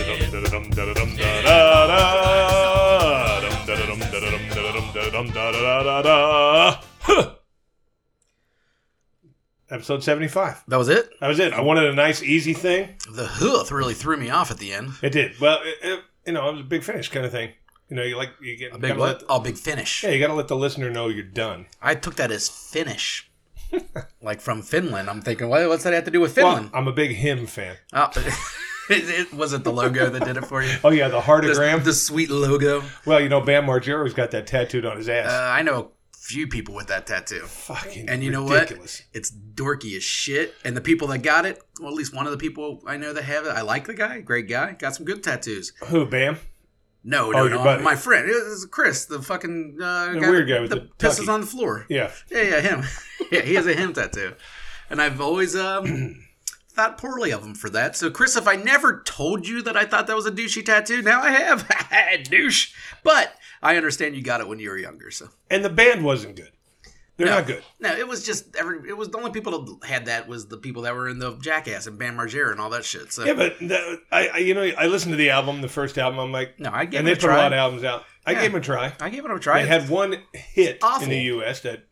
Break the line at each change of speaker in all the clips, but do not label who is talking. dum da da dum da da da dum da da dum da da dum da da dum da da dum da da da da da. Huh. Episode seventy-five.
That was it.
That was it. I wanted a nice, easy thing.
The hoof really threw me off at the end.
It did. Well, it, it, you know, it was a big finish kind of thing. You know, you like you get
A big
gotta let
what?
the-
Oh, big finish.
yeah, you got to let the listener know you're done.
I took that as Finnish, like from Finland. I'm thinking, what, what's that have to do with Finland?
Well, uh, I'm a big hymn fan.
oh, it, it wasn't the logo that did it for you.
Oh yeah, the heartogram.
The, the sweet logo.
well, you know, Bam Margera's got that tattooed on his ass.
Uh, I know few people with that tattoo.
Fucking
And you know
ridiculous.
what? It's dorky as shit. And the people that got it, well, at least one of the people I know that have it, I like the guy, great guy, got some good tattoos.
know what? Who Bam?
No,
Oh,
no,
your
no,
buddy.
my friend, it was Chris, the fucking uh,
The
guy
weird guy with
that
the
pisses
tucky.
on the floor.
Yeah,
Yeah, yeah, him. yeah, he has a him tattoo, and I've always um, thought poorly of him for that. So, Chris, if I never told you that I thought that was a douchey tattoo, now I have douche. But I understand you got it when you were younger, so.
and the band wasn't good. They're
No.
not good.
No, it was just every. It was the only people that had that was the people that were in the Jackass and Bam Margera and all that shit. So
Yeah, but the, I, I, you know, I listened to the album, the first album. I'm like,
no, I gave
and
it
they
a
put a lot of
try.
albums out. I
Yeah.
gave them a try.
I gave it a
They
try.
had one hit
Awful.
in the U.S. that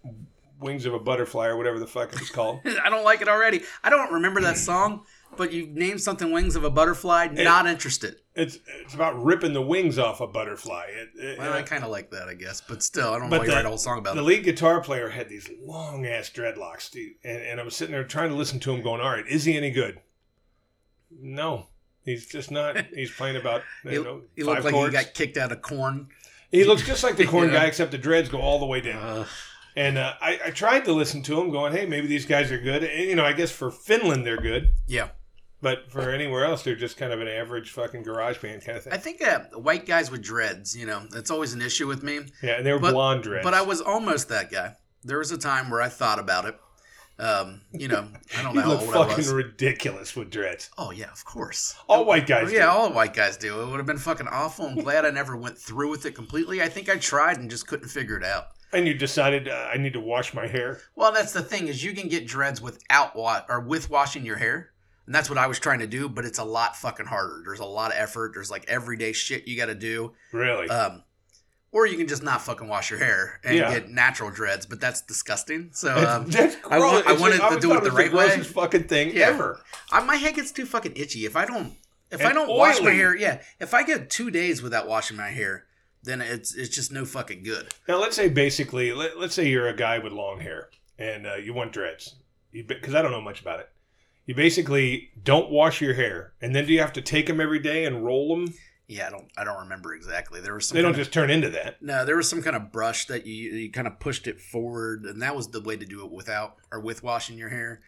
"Wings of a Butterfly" or whatever the fuck it was called.
I don't like it already. I don't remember that song, but you named something "Wings of a Butterfly." Not interested.
it's it's about ripping the wings off a butterfly. It, it-
Well, I kind of like that, I guess, but still, I don't know
But
why you
the-
write a whole song about
the
it.
lead guitar player had these long ass dreadlocks, dude, and, and I was sitting there trying to listen to him, going, "All right, is he any good?" No, he's just not. He's playing about
He,
you know
he
five
looked like
chords.
he got kicked out of corn.
He looks just like the corn
Yeah.
guy, except the dreads go all the way down.
Uh,
And uh, I, I tried to listen to him, going, "Hey, maybe these guys are good." And, you know, I guess for Finland they're good,
yeah,
but for anywhere else they're just kind of an average fucking garage band kind of thing.
I think uh, white guys with dreads. You know, that's always an issue with me.
yeah, and they were
but-
blonde dreads.
But I was almost that guy. There was a time where I thought about it. Um, you know, I don't know
you
how
look
old I
fucking
was.
ridiculous with dreads.
Oh yeah, of course. Oh,
All white guys.
yeah,
do.
all white guys do. It would have been fucking awful. I'm glad I never went through with it completely. I think I tried and just couldn't figure it out.
and you decided uh, I need to wash my hair.
Well, that's the thing is you can get dreads without wa- or with washing your hair. And that's what I was trying to do, but it's a lot fucking harder. There's a lot of effort. There's like everyday shit you got to do.
Really?
Um, or you can just not fucking wash your hair and
Yeah.
get natural dreads, but that's disgusting. So
It's-
um,
that's
I wa-
gross.
I wanted
It's-
to
always
do it
thought
the
was
right way.
Grossest fucking thing
Yeah.
ever.
I, my head gets too fucking itchy if I don't if I
And
don't wash my
oily.
hair. Yeah, if I get two days without washing my hair, then it's it's just no fucking good.
Now let's say basically, let, let's say you're a guy with long hair and uh, you want dreads, because I don't know much about it. You basically don't wash your hair, and then do you have to take them every day and roll them?
Yeah, I don't I don't remember exactly. There was some
They
kind
don't
of-
just turn into that.
No, there was some kind of brush that you you kind of pushed it forward, and that was the way to do it without or with washing your hair.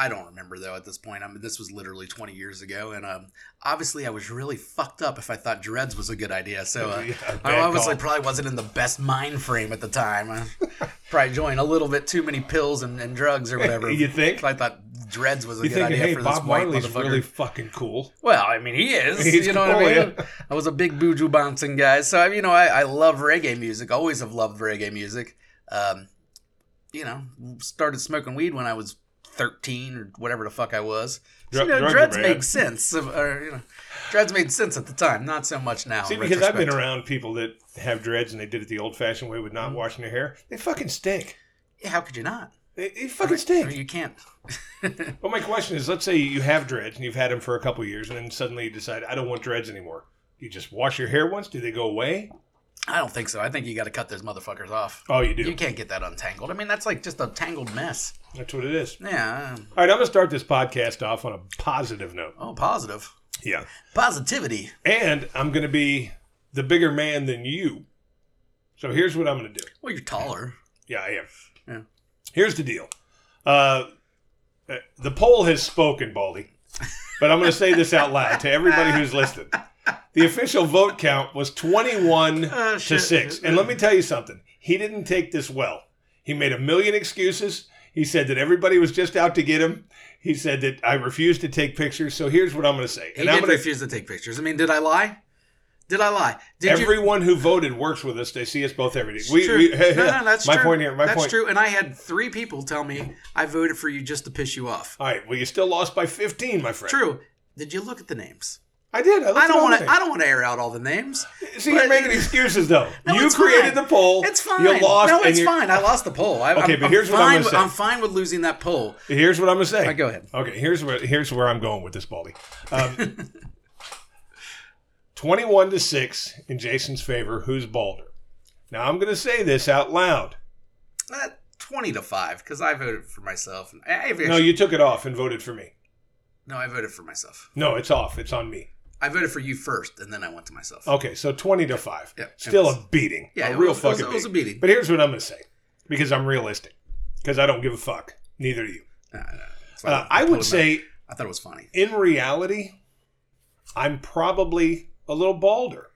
I don't remember though at this point. I mean, this was literally 20 years ago, and um, obviously I was really fucked up if I thought dreads was a good idea. So uh,
Yeah,
I
bad
obviously
call.
probably wasn't in the best mind frame at the time. I probably joined a little bit too many pills and, and drugs or whatever.
You think?
I thought dreads was a
You
good
thinking,
idea
hey,
for this
Bob
white
Marley's
motherfucker.
really fucking cool.
Well, I mean, he is.
He's
you know
cool,
what I mean?
yeah.
I was a big Buju bouncing guy, so I, you know, I, I love reggae music. Always have loved reggae music. Um, you know, started smoking weed when I was thirteen or whatever the fuck I was. So,
Dr-
you know,
drugs are
dreads
bad.
made sense. of- Or, you know, dreads made sense at the time. Not so much now.
See,
in
because I've been
retrospect.
around people that have dreads and they did it the old-fashioned way with
Mm-hmm.
not washing their hair. They fucking stink.
Yeah, How could you not?
They, they fucking stink.
I mean, you can't.
But my question is, let's say you have dreads and you've had them for a couple years, and then suddenly you decide I don't want dreads anymore. You just wash your hair once. Do they go away?
I don't think so. I think you got to cut those motherfuckers off.
Oh, you do.
You can't get that untangled. I mean, that's like just a tangled mess.
That's what it is.
Yeah. um,
All right, I'm gonna start this podcast off on a positive note.
Oh, positive.
Yeah,
Positivity.
and I'm gonna be the bigger man than you. So here's what I'm gonna do.
Well, you're taller.
Yeah, I am.
Yeah.
Here's the deal. Uh, uh, the poll has spoken, Baldy. But I'm going to say this out loud to everybody who's listening. The official vote count was 21
Oh,
to
shit.
6. And let me tell you something. He didn't take this well. He made a million excuses. He said that everybody was just out to get him. He said that I refused to take pictures. So here's what I'm going to say.
He
And
did
I'm going to
refuse to take pictures. I mean, did I lie? Did I lie? Did you?
everyone who voted works with us. They see us both every day.
It's
We,
true.
we-
no, no, that's
my
true.
point here. My
that's
point.
true. And I had three people tell me I voted for you just to piss you off.
All right. Well, you still lost by 15, my friend.
True. Did you look at the names?
I did. I,
I don't want to. I don't want to air out all the names.
to. See, you're
but-
making excuses though.
No,
you
it's
created
fine.
the poll.
It's fine.
You lost.
No,
and
it's
you're-
fine. I lost the poll. I,
Okay,
I'm,
but
I'm
here's what I'm
fine
gonna
with-
say.
I'm fine with losing that poll.
Here's what I'm gonna say.
All right, go ahead.
Okay, here's where here's where I'm going with this, Baldy. Um, Twenty-one to six in Jason's favor. Who's balder? Now I'm gonna say this out loud.
Uh, Twenty to five because I voted for myself. And I, I actually,
No, you took it off and voted for me.
no, I voted for myself.
No, it's off. It's on me.
I voted for you first, and then I went to myself. Uh,
Okay, so twenty to five.
Yeah, it
Still
was-
a beating.
yeah,
a
it
real
was- it was-
fucking
it was a beating.
But here's what I'm gonna say, because I'm realistic, because I don't give a fuck. Neither do you.
No, no, that's why
Uh, I
pulled
would
him
say
out. I thought it was funny.
in reality, I'm probably a little balder,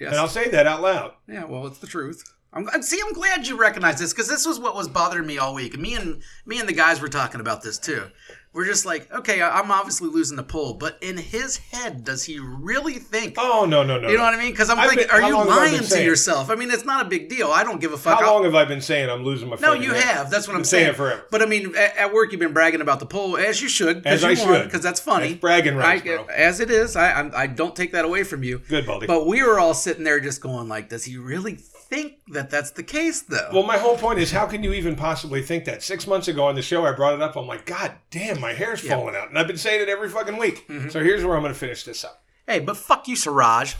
Yes.
and I'll say that out loud.
Yeah, well, it's the truth. I'm gl- see. I'm glad you recognize this because this was what was bothering me all week. Me and me and the guys were talking about this too. We're just like, okay, I- I'm obviously losing the poll, but in his head, does he really think?
Oh no no no!
You know
no.
what I mean? Because I'm
I've
thinking,
been-
are
how
you
long have I been
lying to
saying?
yourself? I mean, it's not a big deal. I don't give a fuck.
How
I'll-
long have I been saying I'm losing my?
no,
fucking
you
head?
have. That's what I'm
Been saying
saying.
it forever.
But I mean, at, at work, you've been bragging about the poll as you should,
As I should.
because that's funny.
That's bragging rights,
I-
bro.
As it is, I I'm, I don't take that away from you.
Good, Baldy.
But we were all sitting there just going like, does he really think that that's the case though?
well, my whole point is, how can you even possibly think that? Six months ago on the show, I brought it up. I'm like, God damn, my hair's falling out, and I've been saying it every fucking week.
Mm-hmm.
So here's where I'm going to finish this up.
hey, but fuck you, Siraj.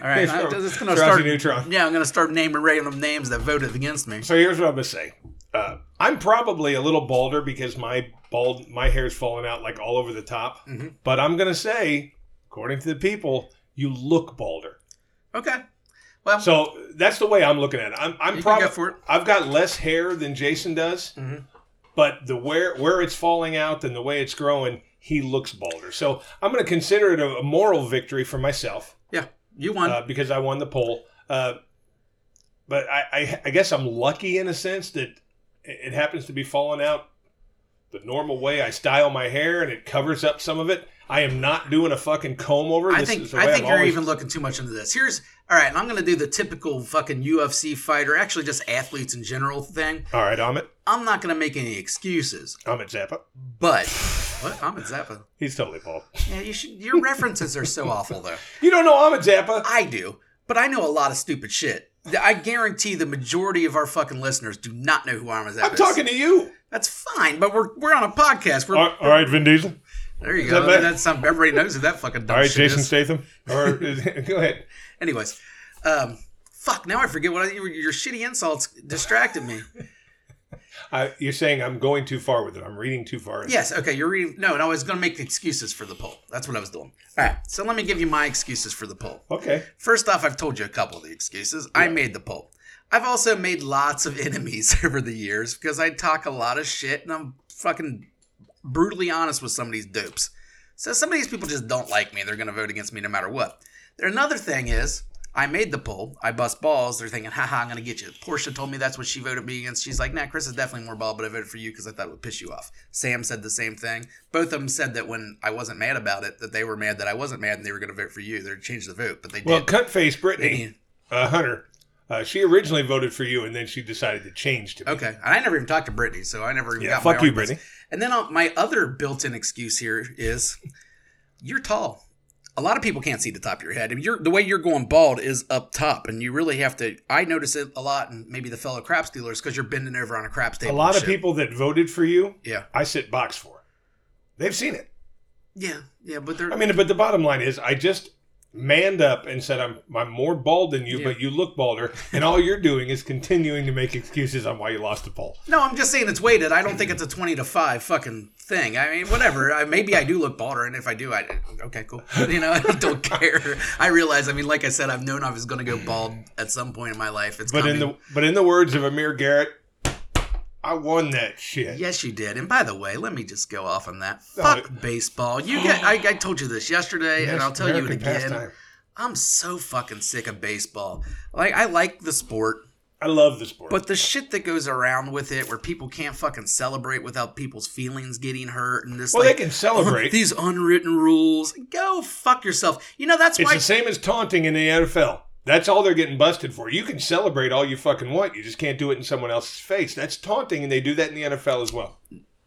All right,
Hey,
I-
Sir-
it's
Siraj
gonna start.
Neutron.
Yeah, I'm gonna start naming random names that voted against me.
So here's what I'm going to say. Uh, I'm probably a little balder because my bald my hair's falling out like all over the top.
Mm-hmm.
But I'm going to say, according to the people, you look balder.
Okay, well,
So that's the way I'm looking at it. I'm, I'm
You can
probably
go for it.
I've got less hair than Jason does,
Mhm.
but the where where it's falling out and the way it's growing, he looks balder. So I'm going to consider it a, a moral victory for myself
yeah, you won.
uh, because I won the poll. Uh, but I, I, I guess I'm lucky in a sense that it it happens to be falling out the normal way I style my hair and it covers up some of it. I am not doing a fucking comb over.
I
This
think
is the way
I think
I've
you're
always-
even looking too much into this. Here's all right. I'm gonna do the typical fucking UFC fighter, actually just athletes in general thing.
all right. I'm it.
I'm not gonna make any excuses,
I'm at Zappa.
but what? I'm at Zappa.
He's totally bald.
Yeah, you should. Your references are so awful, though.
You don't know Ahmed Zappa.
I do, but I know a lot of stupid shit. I guarantee the majority of our fucking listeners do not know who Arma Zappa
I'm
is.
talking to you.
That's fine, but we're we're on a podcast. We're
All- all right, Vin Diesel.
there. You
is
go.
that
I mean,
bad?
that's some, everybody knows who that fucking dumb
All right,
shit
Jason
is.
Statham. Or go ahead.
Anyways, um, fuck. Now I forget what I, your, your shitty insults distracted me.
I, you're saying I'm going too far with it. I'm reading too far. into it.
Yes. Okay. You're reading. No, no. I was gonna make excuses for the poll. That's what I was doing. All right. So let me give you my excuses for the poll.
Okay.
First off, I've told you a couple of the excuses. I made the poll. I've also made lots of enemies over the years because I talk a lot of shit and I'm fucking brutally honest with some of these dupes. So some of these people just don't like me. They're going to vote against me no matter what. There, another thing is, I made the poll. I bust balls. They're thinking, haha, I'm going to get you. Portia told me that's what she voted me against. She's like, nah, Chris is definitely more ball, but I voted for you because I thought it would piss you off. Sam said the same thing. Both of them said that when I wasn't mad about it, that they were mad that I wasn't mad and they were going to vote for you. They're change the vote, but they
Well,
did.
Cutface Brittany
Maybe-
uh, Hunter, uh, she originally voted for you, and then she decided to change to me.
Okay, and I never even talked to Brittany, so I never even
Yeah, fuck
got my
you,
arguments.
Brittany.
And then uh, my other built-in excuse here is, you're tall. A lot of people can't see the top of your head. I mean, you're, the way you're going bald is up top, and you really have to. I notice it a lot, and maybe the fellow craps dealers because you're bending over on a craps
A
table.
lot
and
of
shit.
people that voted for you,
Yeah,
I sit box for. They've seen it.
yeah, yeah. But they're.
I mean, but the bottom line is, I just manned up and said I'm I'm more bald than you,
Yeah.
but you look balder, and all you're doing is continuing to make excuses on why you lost the poll.
no, I'm just saying it's weighted. I don't think it's a twenty to five fucking thing. I mean, whatever. I, maybe I do look balder, and if I do, I okay, cool. You know, I don't care. I realize. I mean, like I said, I've known I was going to go bald at some point in my life. It's
But
coming.
in the but in the words of Amir Garrett, I won that shit.
Yes, you did. And by the way, let me just go off on that.
No,
Fuck baseball. You get. I, I told you this yesterday, and I'll tell you it
American
again.
pastime.
I'm so fucking sick of baseball. Like I like the sport,
I love the sport.
but the shit that goes around with it, where people can't fucking celebrate without people's feelings getting hurt, and this
well,
like
they can celebrate.
these unwritten rules. Go fuck yourself. You know that's
it's
why.
the same as taunting in the NFL. That's all they're getting busted for. You can celebrate all you fucking want. You just can't do it in someone else's face. That's taunting, and they do that in the NFL as well.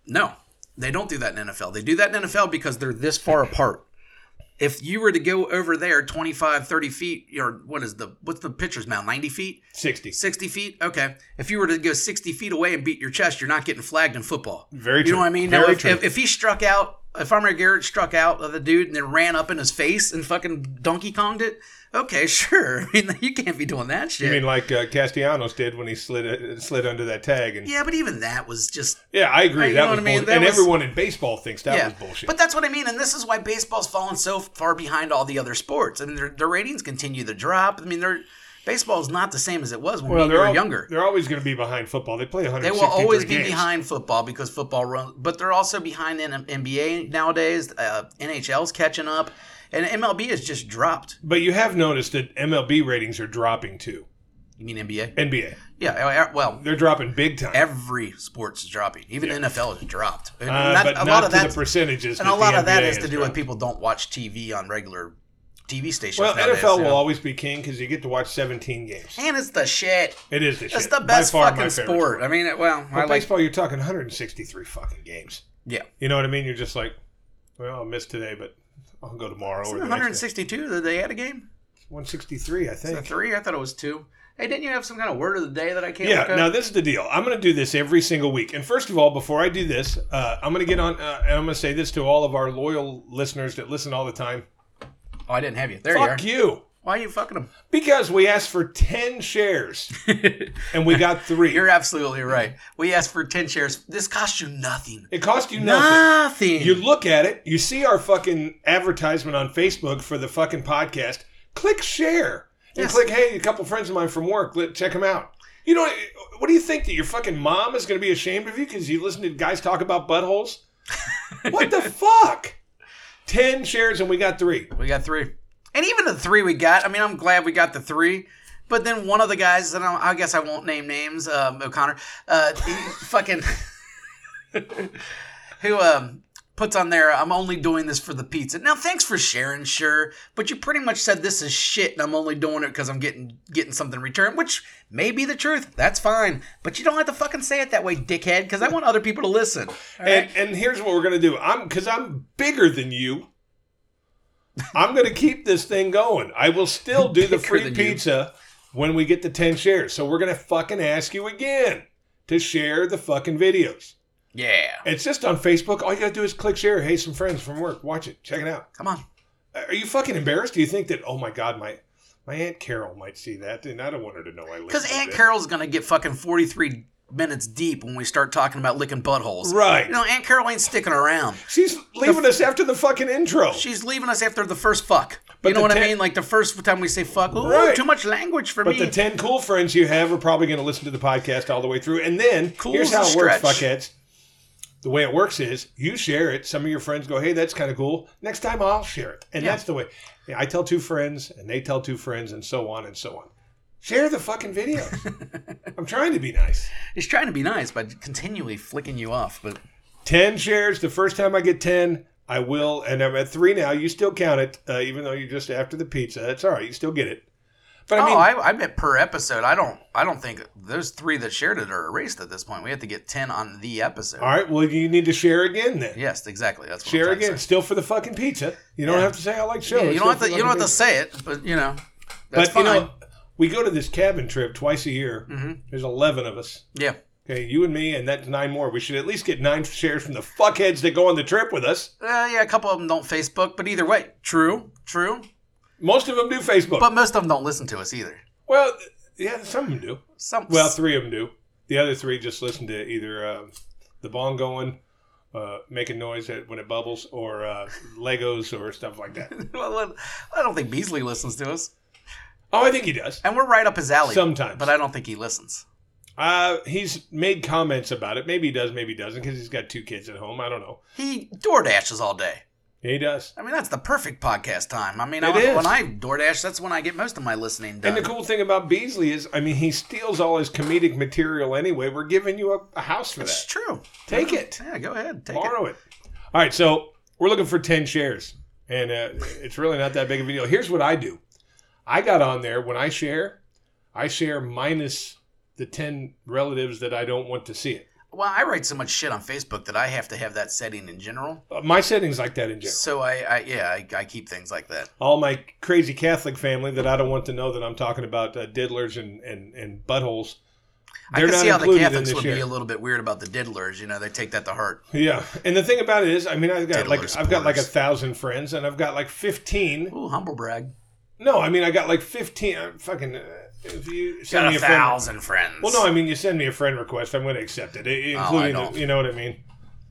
No, they don't do that in NFL. They do that in NFL because they're this far apart. If you were to go over there 25, 30 feet, or what is the, what's the pitcher's mound, 90 feet?
60.
60 feet? Okay. If you were to go 60 feet away and beat your chest, you're not getting flagged in football.
Very true.
You know what I mean? Now,
Very
if,
true.
if, if he struck out, if Farmer Garrett struck out of the dude and then ran up in his face and fucking Donkey Konged it, okay, sure. I mean, you can't be doing that shit.
you mean like uh, Castellanos did when he slid uh, slid under that tag? And yeah,
yeah, but even that was just
I agree.
Right, you
that
know
was
what I mean?
bullshit.
That
and
was-
everyone in baseball thinks that was bullshit.
But that's what I mean, and this is why baseball's fallen so far behind all the other sports. I mean, their, their ratings continue to drop. I mean, their baseball's not the same as it was when we
they're
were
al-
younger.
They're always going to be behind football. They play 163
They will always be
games.
behind football because football runs, but they're also behind in NBA nowadays. Uh, NHL's catching up, and MLB has just dropped.
But you have noticed that MLB ratings are dropping too.
You mean NBA?
NBA,
Yeah. uh, Well,
they're dropping big time.
every sport's dropping. Even NFL has dropped. And
Uh,
that-
but
a
not
lot of
to
that,
the percentages.
and a lot of that has to do with people don't watch TV on regular TV stations.
Well,
nowadays,
NFL
you
will
know?
always be king because you get to watch 17 games.
And it's the shit.
It is the
It's
shit.
the
By
best
far my
fucking
favorite
sport. I mean, it- well, I
Well,
like.
baseball, you're talking 163 fucking games.
Yeah.
You know what I mean? You're just like, well, I'll miss today, but I'll go tomorrow or
Wasn't
the
it
next day.
162 that they had a game?
163, I
Is it
think.
three? I thought it was two. Hey, didn't you have some kind of word of the day that I can't
Yeah.
look up?
Now this is the deal. I'm going to do this every single week. And first of all, before I do this, uh, I'm going to get on uh, and I'm going to say this to all of our loyal listeners that listen all the time.
oh, I didn't have you. There
Fuck
you are.
you,
Why are you fucking them?
because we asked for 10 shares and we got three.
You're absolutely right. We asked for 10 shares. This cost you nothing.
it cost you nothing.
Nothing.
You look at it, you see our fucking advertisement on Facebook for the fucking podcast. Click share and
Yes.
click, hey, a couple friends of mine from work, let check them out. You know, what do you think that your fucking mom is going to be ashamed of you because you listen to guys talk about buttholes? what the fuck? Ten shares and we got three.
We got three. And even the three we got, I mean, I'm glad we got the three. But then one of the guys, that I, I guess I won't name names, um, O'Connor, uh, he fucking, who um, puts on there, I'm only doing this for the pizza. Now, thanks for sharing, sure, but you pretty much said this is shit, and I'm only doing it because I'm getting getting something in return, which may be the truth. That's fine, but you don't have to fucking say it that way, dickhead, because I want other people to listen. All right?
And and here's what we're going to do. I'm because I'm bigger than you. I'm going to keep this thing going. I will still do the
Bigger
free
than you.
pizza when we get to 10 shares. So we're going to fucking ask you again to share the fucking videos.
yeah,
It's just on Facebook. All you got to do is click share. Hey, some friends from work, watch it. Check it out.
come on.
Are you fucking embarrassed? Do you think that oh my god, my my aunt Carol might see that and I don't want her to know I live.
Because Aunt Carol's gonna get fucking forty three minutes deep when we start talking about licking buttholes.
Right.
You know, Aunt Carol ain't sticking around.
She's leaving us after the fucking intro.
She's leaving us after the first fuck.
But
you know
the
what I
ten-
mean? Like the first time we say fuck, ooh,
Right.
too much language for
But
me.
the 10 cool friends you have are probably going to listen to the podcast all the way through. And then,
Cool
here's
is a
how it works,
stretch.
fuckheads. The way it works is you share it. Some of your friends go, hey, that's kind of cool. Next time I'll share it. And
Yeah.
that's the way. Yeah, I tell two friends, and they tell two friends, and so on and so on. Share the fucking videos. I'm trying to be nice.
He's trying to be nice by continually flicking you off. But
10 shares. The first time I get 10, I will. And I'm at three now. You still count it, uh, even though you're just after the pizza. That's all right. You still get it. But I mean,
oh, I, I bet per episode. I don't. I don't think those three that shared it are erased at this point. We have to get ten on the episode.
all right. Well, you need to share again then.
Yes, exactly. That's what
Share
I'm trying to
again, still for the fucking pizza. You don't
Yeah.
have to say I like
say.
show.
Yeah,
It's
you
still
don't have
for
to. You
fucking
don't have to
pizza.
say it, but you know. That's
But you
fine. Mm. Mm-hmm.
know, we go to this cabin trip twice a year. There's eleven of us.
yeah.
Okay, you and me, and that's nine more. We should at least get nine shares from the fuckheads that go on the trip with us.
Uh, yeah, a couple of them don't Facebook, but either way, true, true.
Most of them do Facebook.
But most of them don't listen to us either.
well, th- yeah, some of them do.
Some
Well, three of them do. The other three just listen to either uh, the bong going, uh, making noise at, when it bubbles, or uh, Legos or stuff like that.
well, I don't think Beasley listens to us,
oh, I think he does.
and we're right up his alley
Sometimes.
But I don't think he listens.
Uh, he's made comments about it. Maybe he does, maybe he doesn't, because he's got two kids at home. I don't know.
He door dashes all day.
He does.
I mean, that's the perfect podcast time. I mean,
It
I,
is.
when I door dash, that's when I get most of my listening done.
And the cool thing about Beasley is, I mean, he steals all his comedic material anyway. We're giving you a, a house for
it's
that.
true.
Take it.
Yeah, go ahead, take it.
Borrow it. All right, so we're looking for 10 shares, and uh, it's really not that big of a deal. Here's what I do I got on there when I share, I share minus the 10 relatives that I don't want to see it.
Well, I write so much shit on Facebook that I have to have that setting in general.
Uh, My settings like that in general.
So I, I yeah, I, I keep things like that.
All my crazy Catholic family that I don't want to know that I'm talking about uh, diddlers and and and buttholes.
I
They're
can
not
see how the
included in
Catholics
this
would
year.
be a little bit weird about the diddlers. You know, they take that to heart.
Yeah, and the thing about it is, I mean, I've got
Diddler
like I've got like a
supporters.
thousand friends, and I've got like fifteen.
Ooh, humble brag.
No, I mean, I got like fifteen. I'm fucking. Uh, if you send
Got
me
a
a friend,
thousand friends.
well, no, I mean, you send me a friend request, I'm going to accept it, i-
Oh, I
including
don't.
you know what I mean,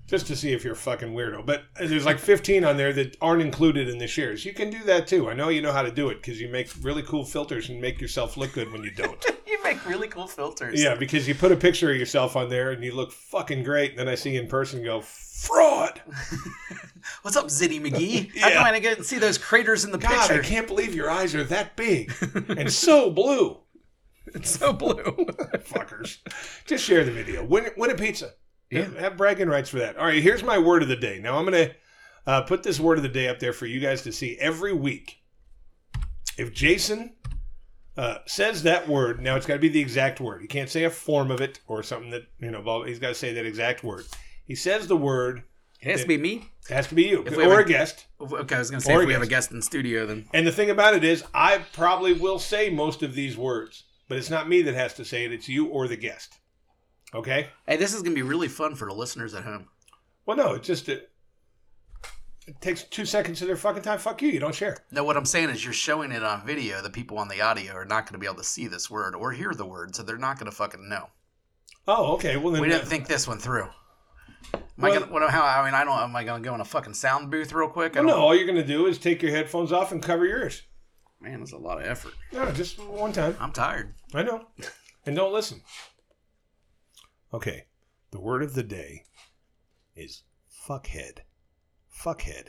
just to see if you're a fucking weirdo. But there's like fifteen on there that aren't included in the shares. You can do that too. I know you know how to do it because you make really cool filters and make yourself look good when you don't.
you make really cool filters.
yeah, because you put a picture of yourself on there and you look fucking great, and then I see you in person and go fraud.
What's up, Zitty McGee? How
Yeah.
come I didn't see those craters in the
God, I
picture?
can't believe your eyes are that big and so blue,
It's so blue.
fuckers. Just share the video. Win, win a pizza.
Yeah.
Have, have bragging rights for that. All right, here's my word of the day. Now I'm going to uh, put this word of the day up there for you guys to see every week. If Jason uh, says that word, now it's got to be the exact word. He can't say a form of it or something that, you know, blah- he's got to say that exact word. He says the word,
it has to be me.
it has to be you
If we
or a
haven't-
guest.
Okay, I was gonna say
Or
if we
guest.
have a guest in studio, then
And the thing about it is, I probably will say most of these words, but it's not me that has to say it. It's you or the guest. Okay?
hey, this is gonna be really fun for the listeners at home.
Well, no, it just it, it takes two seconds of their fucking time. Fuck you. You don't share.
No, what I'm saying is you're showing it on video. The people on the audio are not gonna be able to see this word or hear the word, so they're not gonna fucking know.
Oh, okay. Well, then
We didn't think this one through. Am I
Well-
gonna, what, how, I mean, I don't. Am I gonna go in a fucking sound booth real quick? I
well,
don't,
no. All you're gonna do is take your headphones off and cover yours.
Man, that's a lot of effort.
No, just one time.
I'm tired.
I know. And don't listen. Okay. The word of the day is fuckhead. Fuckhead.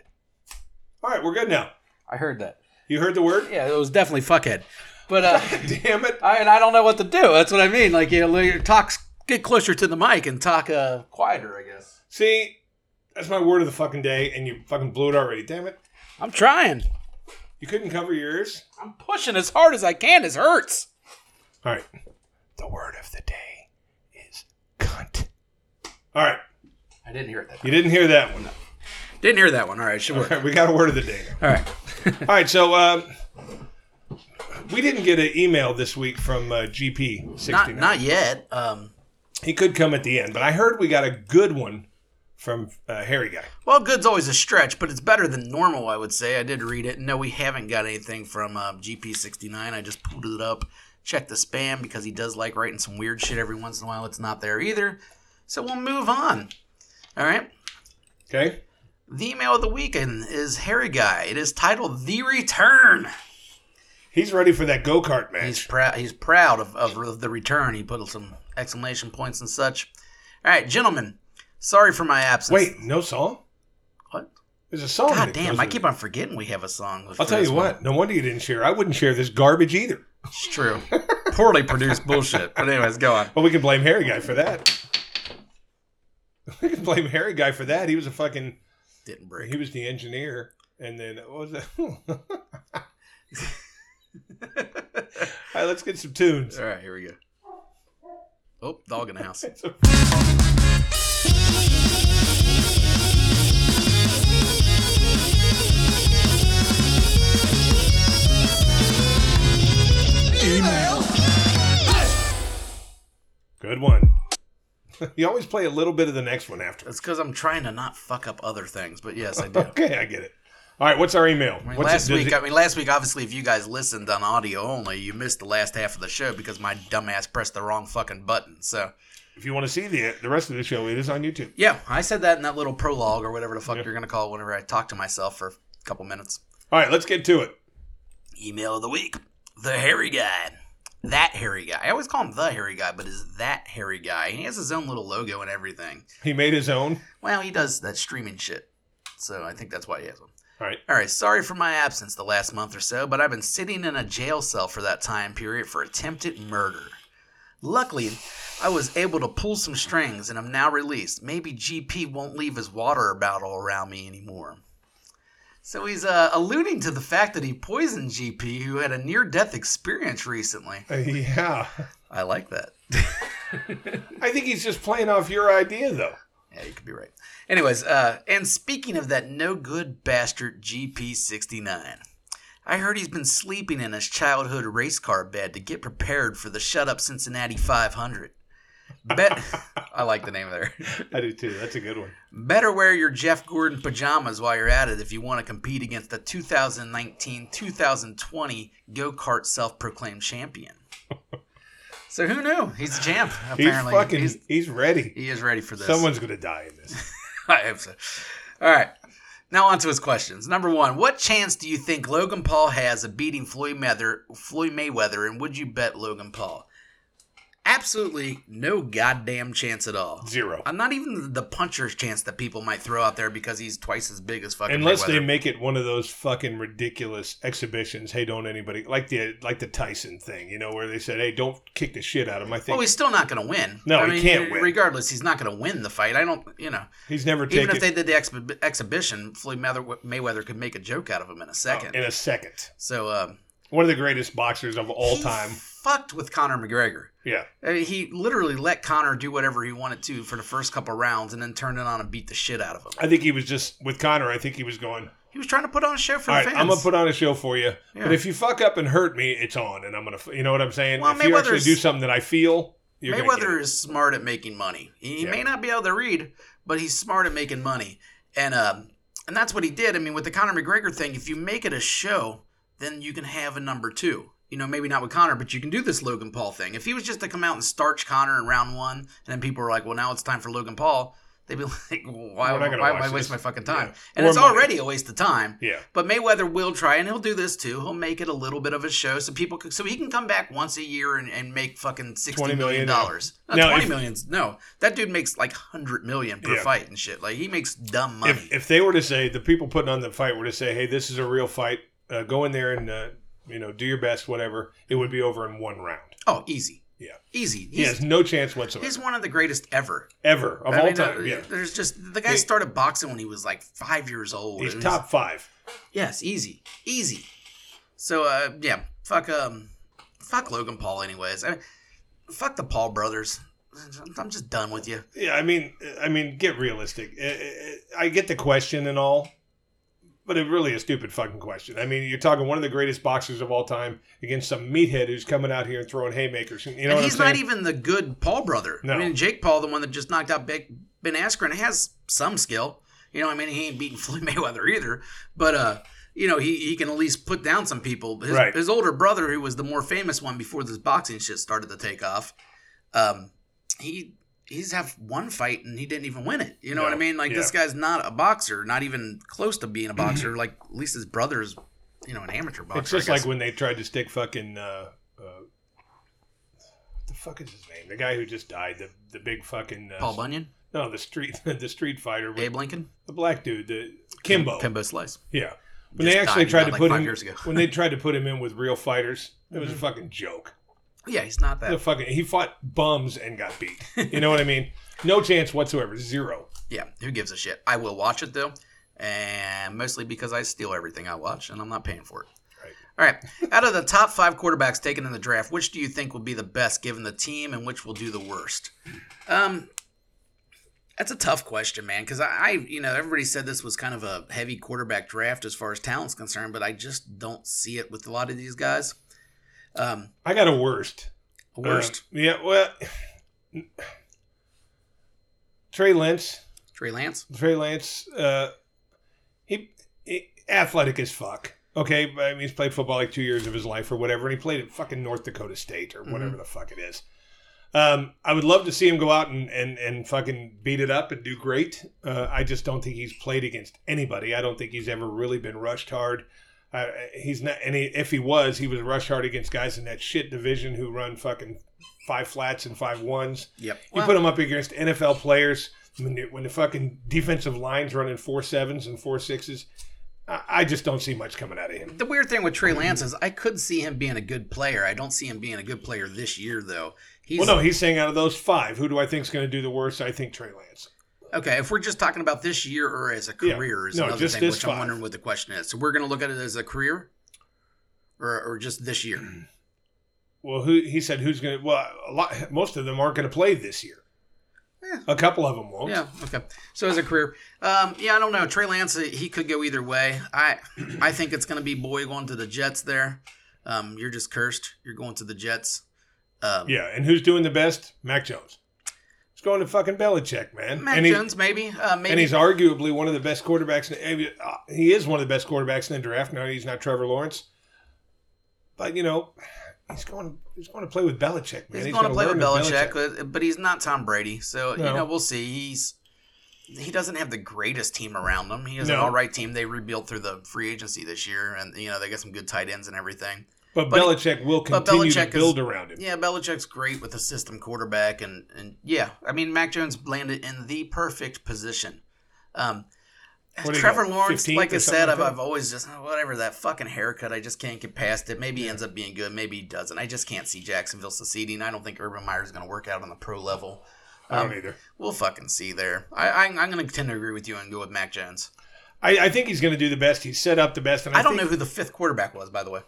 All right, we're good now.
I heard that.
You heard the word?
Yeah, it was definitely fuckhead. But uh,
Damn it.
I, and I don't know what to do. That's what I mean. Like you know, your talks get closer to the mic and talk uh, quieter. I guess
See, that's my word of the fucking day, and you fucking blew it already. Damn it.
I'm trying.
You couldn't cover yours.
I'm pushing as hard as I can. It hurts.
All right. The word of the day is cunt. All right.
I didn't hear it that.
You didn't hear that one.
Didn't hear that one. All right, should
All
work.
right, we got a word of the day. now.
All right.
All right. So, um, we didn't get an email this week from uh, GP69.
Not not yet. Um,
he could come at the end, but I heard we got a good one from uh, Harry Guy.
well, good's always a stretch, but it's better than normal. I would say. I did read it. No, we haven't got anything from uh, GP69. I just pulled it up, checked the spam because he does like writing some weird shit every once in a while. It's not there either. So we'll move on. All right.
Okay.
The email of the weekend is Harry Guy. It is titled "The Return."
He's ready for that go kart match.
He's proud. He's proud of, of the return. He put some exclamation points and such. All right, gentlemen. Sorry for my absence.
Wait, no song?
What?
There's a song.
God
that
damn!
goes
I
with
keep on forgetting we have a song. with-
I'll
for
tell
this
you
one.
what. No wonder you didn't share. I wouldn't share this garbage either.
It's true. Poorly produced bullshit. But anyways, go on.
Well, we can blame Harry guy for that. We can blame Harry guy for that. He was a fucking.
Didn't break.
He was the engineer, and then what was that? All right, let's get some tunes.
All right, here we go. Oh, dog in the house.
Good one. you always play a little bit of the next one after.
It's because I'm trying to not fuck up other things. But yes, I do.
Okay, I get it. All right, what's our email?
I mean,
What's
last
it- does it-
week, I mean, last week, obviously, if you guys listened on audio only, you missed the last half of the show because my dumbass pressed the wrong fucking button. So,
if you want to see the the rest of the show, it is on YouTube.
yeah, I said that in that little prologue or whatever the fuck
Yeah.
you're going to call it whenever I talk to myself for a couple minutes.
All right, let's get to it.
Email of the week The Hairy Guy. That hairy guy. I always call him the hairy guy, but is that hairy guy? He has his own little logo and everything.
He made his own.
Well, he does that streaming shit. So I think that's why he has one.
All right.
All right, sorry for my absence the last month or so, but I've been sitting in a jail cell for that time period for attempted murder. Luckily, I was able to pull some strings and I'm now released. Maybe GP won't leave his water bottle around me anymore. So he's uh, alluding to the fact that he poisoned GP, who had a near death experience recently.
Uh, yeah.
I like that.
I think he's just playing off your idea, though.
Yeah, you could be right. Anyways, uh, and speaking of that no good bastard GP69, I heard he's been sleeping in his childhood race car bed to get prepared for the Shut Up Cincinnati 500. Bet I like the name there.
I do too. That's a good one.
Better wear your Jeff Gordon pajamas while you're at it if you want to compete against the 2019-2020 go-kart self-proclaimed champion. so who knew? He's a champ. Apparently,
he's fucking. He's, ready.
he is ready for this.
Someone's gonna die in this.
I hope so. All right. Now on to his questions. Number one, what chance do you think Logan Paul has of beating Floyd Mayweather, Floyd Mayweather and would you bet Logan Paul? Absolutely no goddamn chance at all.
Zero.
I'm not even the puncher's chance that people might throw out there because he's twice as big as fucking
Unless they
Mayweather.
make it one of those fucking ridiculous exhibitions. Hey, don't anybody like the like the Tyson thing, you know, where they said, "Hey, don't kick the shit out of him." I think
well, he's still not going to win.
No, he can't win.
Regardless, he's not going to win the fight. I don't, you know,
he's never
even
taken
if they did the exhi- exhibition, Floyd Mayweather, Mayweather could make a joke out of him in a second.
in a second.
so, um,
One of the greatest boxers of all
he
time.
Fucked with Conor McGregor.
Yeah,
I mean, he literally let Conor do whatever he wanted to for the first couple rounds, and then turned it on and beat the shit out of him.
I think he was just with Connor. I think he was going.
He was trying to put on a show for
All
the
right,
fans.
I'm gonna put on a show for you,
Yeah.
but if you fuck up and hurt me, it's on, and I'm gonna. f- You know what I'm saying?
Well,
if you actually
Mayweather's-
do something that I feel, you're gonna get
Mayweather
it.
is smart at making money. He, he
Yeah.
may not be able to read, but he's smart at making money, and um, and that's what he did. I mean, with the Conor McGregor thing, if you make it a show, then you can have a number two. You know, maybe not with Conor, but you can do this Logan Paul thing. If he was just to come out and starch Conor in round one, and then people are like, "Well, now it's time for Logan Paul," they'd be like, "Why?
We're
Why,
not gonna
why,
watch
waste
this."
my fucking time?"
Yeah.
And
Or
it's
money.
already a waste of time.
Yeah,
But Mayweather will try, and he'll do this too. He'll make it a little bit of a show, so people, can, so he can come back once a year and, and make fucking sixty
$20
million
million.
dollars. No,
Now,
twenty
if-
millions. No, that dude makes like hundred million per
Yeah.
fight and shit. Like he makes dumb money.
if if they were to say the people putting on the fight were to say, "Hey, this is a real fight. Uh, go in there and uh, you know do your best, whatever," it would be over in one round.
oh, easy.
Yeah.
easy.
He
He's,
has no chance whatsoever,
he's one of the greatest ever
ever of
I
all
mean,
time.
uh,
yeah,
There's just the guy
He-
started boxing when he was like five years old.
he's
It was-
top five.
Yes, easy, easy. So uh, yeah, fuck um, fuck Logan Paul. Anyways, I mean, fuck the Paul brothers. I'm just done with you.
Yeah, I mean, I mean, get realistic. I- I I get the question and all, but it really is a stupid fucking question. I mean, you're talking one of the greatest boxers of all time against some meathead who's coming out here and throwing haymakers. You know
and
what
he's
I'm saying?
not even the good Paul brother. I
No.
mean, Jake Paul, the one that just knocked out Big Ben Askren, has some skill. You know, I mean, he ain't beating Floyd Mayweather either, but uh, you know, he, he can at least put down some people. His,
Right.
his older brother, who was the more famous one before this boxing shit started to take off, um, he he's have one fight and he didn't even win it. You know
No.
what I mean? Like this guy's not a boxer, not even close to being a boxer. like at least his brother's, you know, an amateur boxer.
Mm-hmm. It's just
I guess.
like when they tried to stick fucking uh, uh, what the fuck is his name? The guy who just died. The the big fucking uh,
Paul Bunyan,
no, the street the street fighter, with
Abe Lincoln,
the black dude, the Kimbo.
Kimbo Slice.
Yeah, when they
Just died.
actually
He
tried
died
to
like
put
five
him
years ago. Mm-hmm.
when they tried to put him in with real fighters, it was a fucking joke.
Yeah, he's not that.
The fucking he fought bums and got beat. You know what I mean? No chance whatsoever. Zero.
Yeah, who gives a shit? I will watch it though, and mostly because I steal everything I watch, and I'm not paying for it.
Right.
All right. Out of the top five quarterbacks taken in the draft, which do you think will be the best given the team, and which will do the worst? Um, that's a tough question, man. Because I, I, you know, everybody said this was kind of a heavy quarterback draft as far as talent's concerned, but I just don't see it with a lot of these guys. Um,
I got a worst.
worst,
Uh, yeah. Well, Trey Lance.
Trey Lance.
Trey Lance. Uh, he, he athletic as fuck. Okay, but I mean he's played football like two years of his life or whatever, and he played at fucking North Dakota State or whatever the fuck it is. Um, I would love to see him go out and, and, and fucking beat it up and do great. Uh, I just don't think he's played against anybody. I don't think he's ever really been rushed hard. Uh, he's not, and he, if he was, he was rushed hard against guys in that shit division who run fucking five flats and five ones.
Yep.
You put them up against NFL players when, you, when the fucking defensive line's running four sevens and four sixes. I, I just don't see much coming out of him.
The weird thing with Trey Lance is I could see him being a good player. I don't see him being a good player this year though. He's
Well, no, he's saying out of those five, who do I think's going to do the worst? I think Trey Lance.
okay. If we're just talking about this year or as a
Yeah.
career is
No,
another
just
thing,
this
which I'm
five.
wondering what the question is. So we're gonna look at it as a career, or or just this year.
well, who he said who's going to? Well, a lot, most of them aren't going to play this year.
Yeah.
A couple of them won't.
Yeah. Okay. So as a career, um, yeah, I don't know. Trey Lance, he could go either way. I, I think it's going to be boy going to the Jets there. Um, you're just cursed. You're going to the Jets. Um,
Yeah, and who's doing the best? Mac Jones. He's going to fucking Belichick, man.
Mac
and he's-
Jones, maybe. Uh, maybe.
And he's arguably one of the best quarterbacks. In, uh, he is one of the best quarterbacks in the draft. No, he's not Trevor Lawrence, but you know, he's going. He's going to play with Belichick, man.
He's, going to
gonna
play with
learn
Belichick, but- but he's not Tom Brady. So you
No.
know, we'll see. He's he doesn't have the greatest team around him. He has an
No.
all right team. They rebuilt through the free agency this year, and you know they got some good tight ends and everything.
But,
but-
Belichick will
but
continue
Belichick
to
is-
build around him.
Yeah, Belichick's great with a system quarterback, and and yeah, I mean Mac Jones landed in the perfect position. Um,
What do you
Trevor
got,
Lawrence,
15th
like
or
I
something
said,
like
I've,
that?
I've always just "Oh, whatever that fucking haircut. I just can't get past it. Maybe he ends up being good. Maybe he doesn't. I just can't see Jacksonville succeeding. I don't think Urban Meyer's going to work out on the pro level.
I don't
Um,
either.
We'll fucking see there. I, I I'm going to tend to agree with you and go with Mac Jones.
I, I think he's going to do the best. He's set up the best, and I,
I, don't
think,
know who the fifth quarterback was, by the way.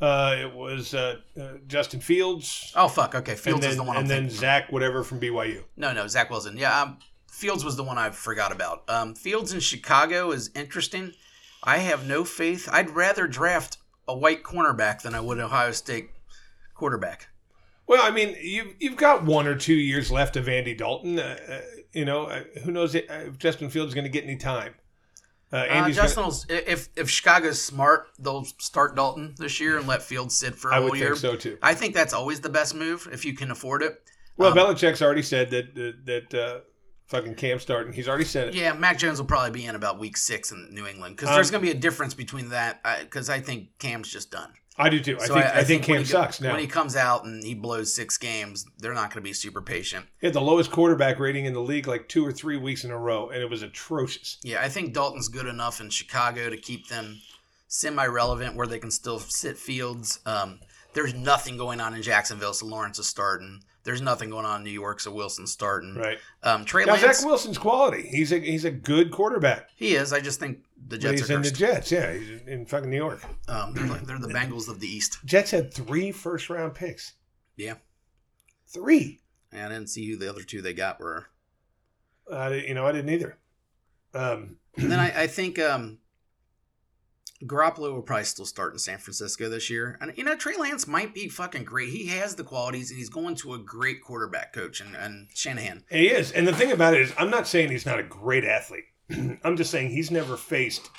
Uh, it was uh, uh, Justin Fields,
Oh fuck. Okay, Fields
and then
is the one. I'm
and then
thinking.
Zach whatever from BYU.
No, no, Zach Wilson. Yeah, um, Fields was the one I forgot about. Um, Fields in Chicago is interesting. I have no faith. I'd rather draft a white cornerback than I would an Ohio State quarterback.
Well, I mean, you've you've got one or two years left of Andy Dalton. Uh, uh, you know, uh, who knows if uh, if Justin Fields is going to get any time? Uh,
Uh,
Andy's
Justin, will- if if Chicago's smart, they'll start Dalton this year and let Fields sit for a
gonna, I
whole
would
year.
think so too.
I think that's always the best move if you can afford it.
Well,
Um,
Belichick's already said that that, that uh, fucking Cam starting. He's already said it.
Yeah, Mac Jones will probably be in about week six in New England because
Um,
there's going to be a difference between that because I think Cam's just done.
I do too. I
So
think I, think,
when
Cam
he go-
sucks now.
When he comes out and he blows six games, they're not going to be super patient.
he had the lowest quarterback rating in the league like two or three weeks in a row, and it was atrocious.
Yeah, I think Dalton's good enough in Chicago to keep them semi relevant where they can still sit fields. Um, there's nothing going on in Jacksonville, so Lawrence is starting. There's nothing going on in New York, so Wilson's starting.
Right
Um, Trey
now,
Lance,
Zach Wilson's quality. He's a he's a good quarterback.
he is. I just think the
But
Jets
he's
are
in the
cursed.
Jets. Yeah, he's in fucking New York.
um, they're, like- they're the Bengals of the East.
Jets had three first round picks.
Yeah.
three.
And I didn't see who the other two they got were.
I di- you know, I didn't either. Um,
And then I, I think um, Garoppolo will probably still start in San Francisco this year. And you know, Trey Lance might be fucking great. He has the qualities, and he's going to a great quarterback coach and, and Shanahan.
he is, and the thing about it is, I'm not saying he's not a great athlete. I'm just saying he's never faced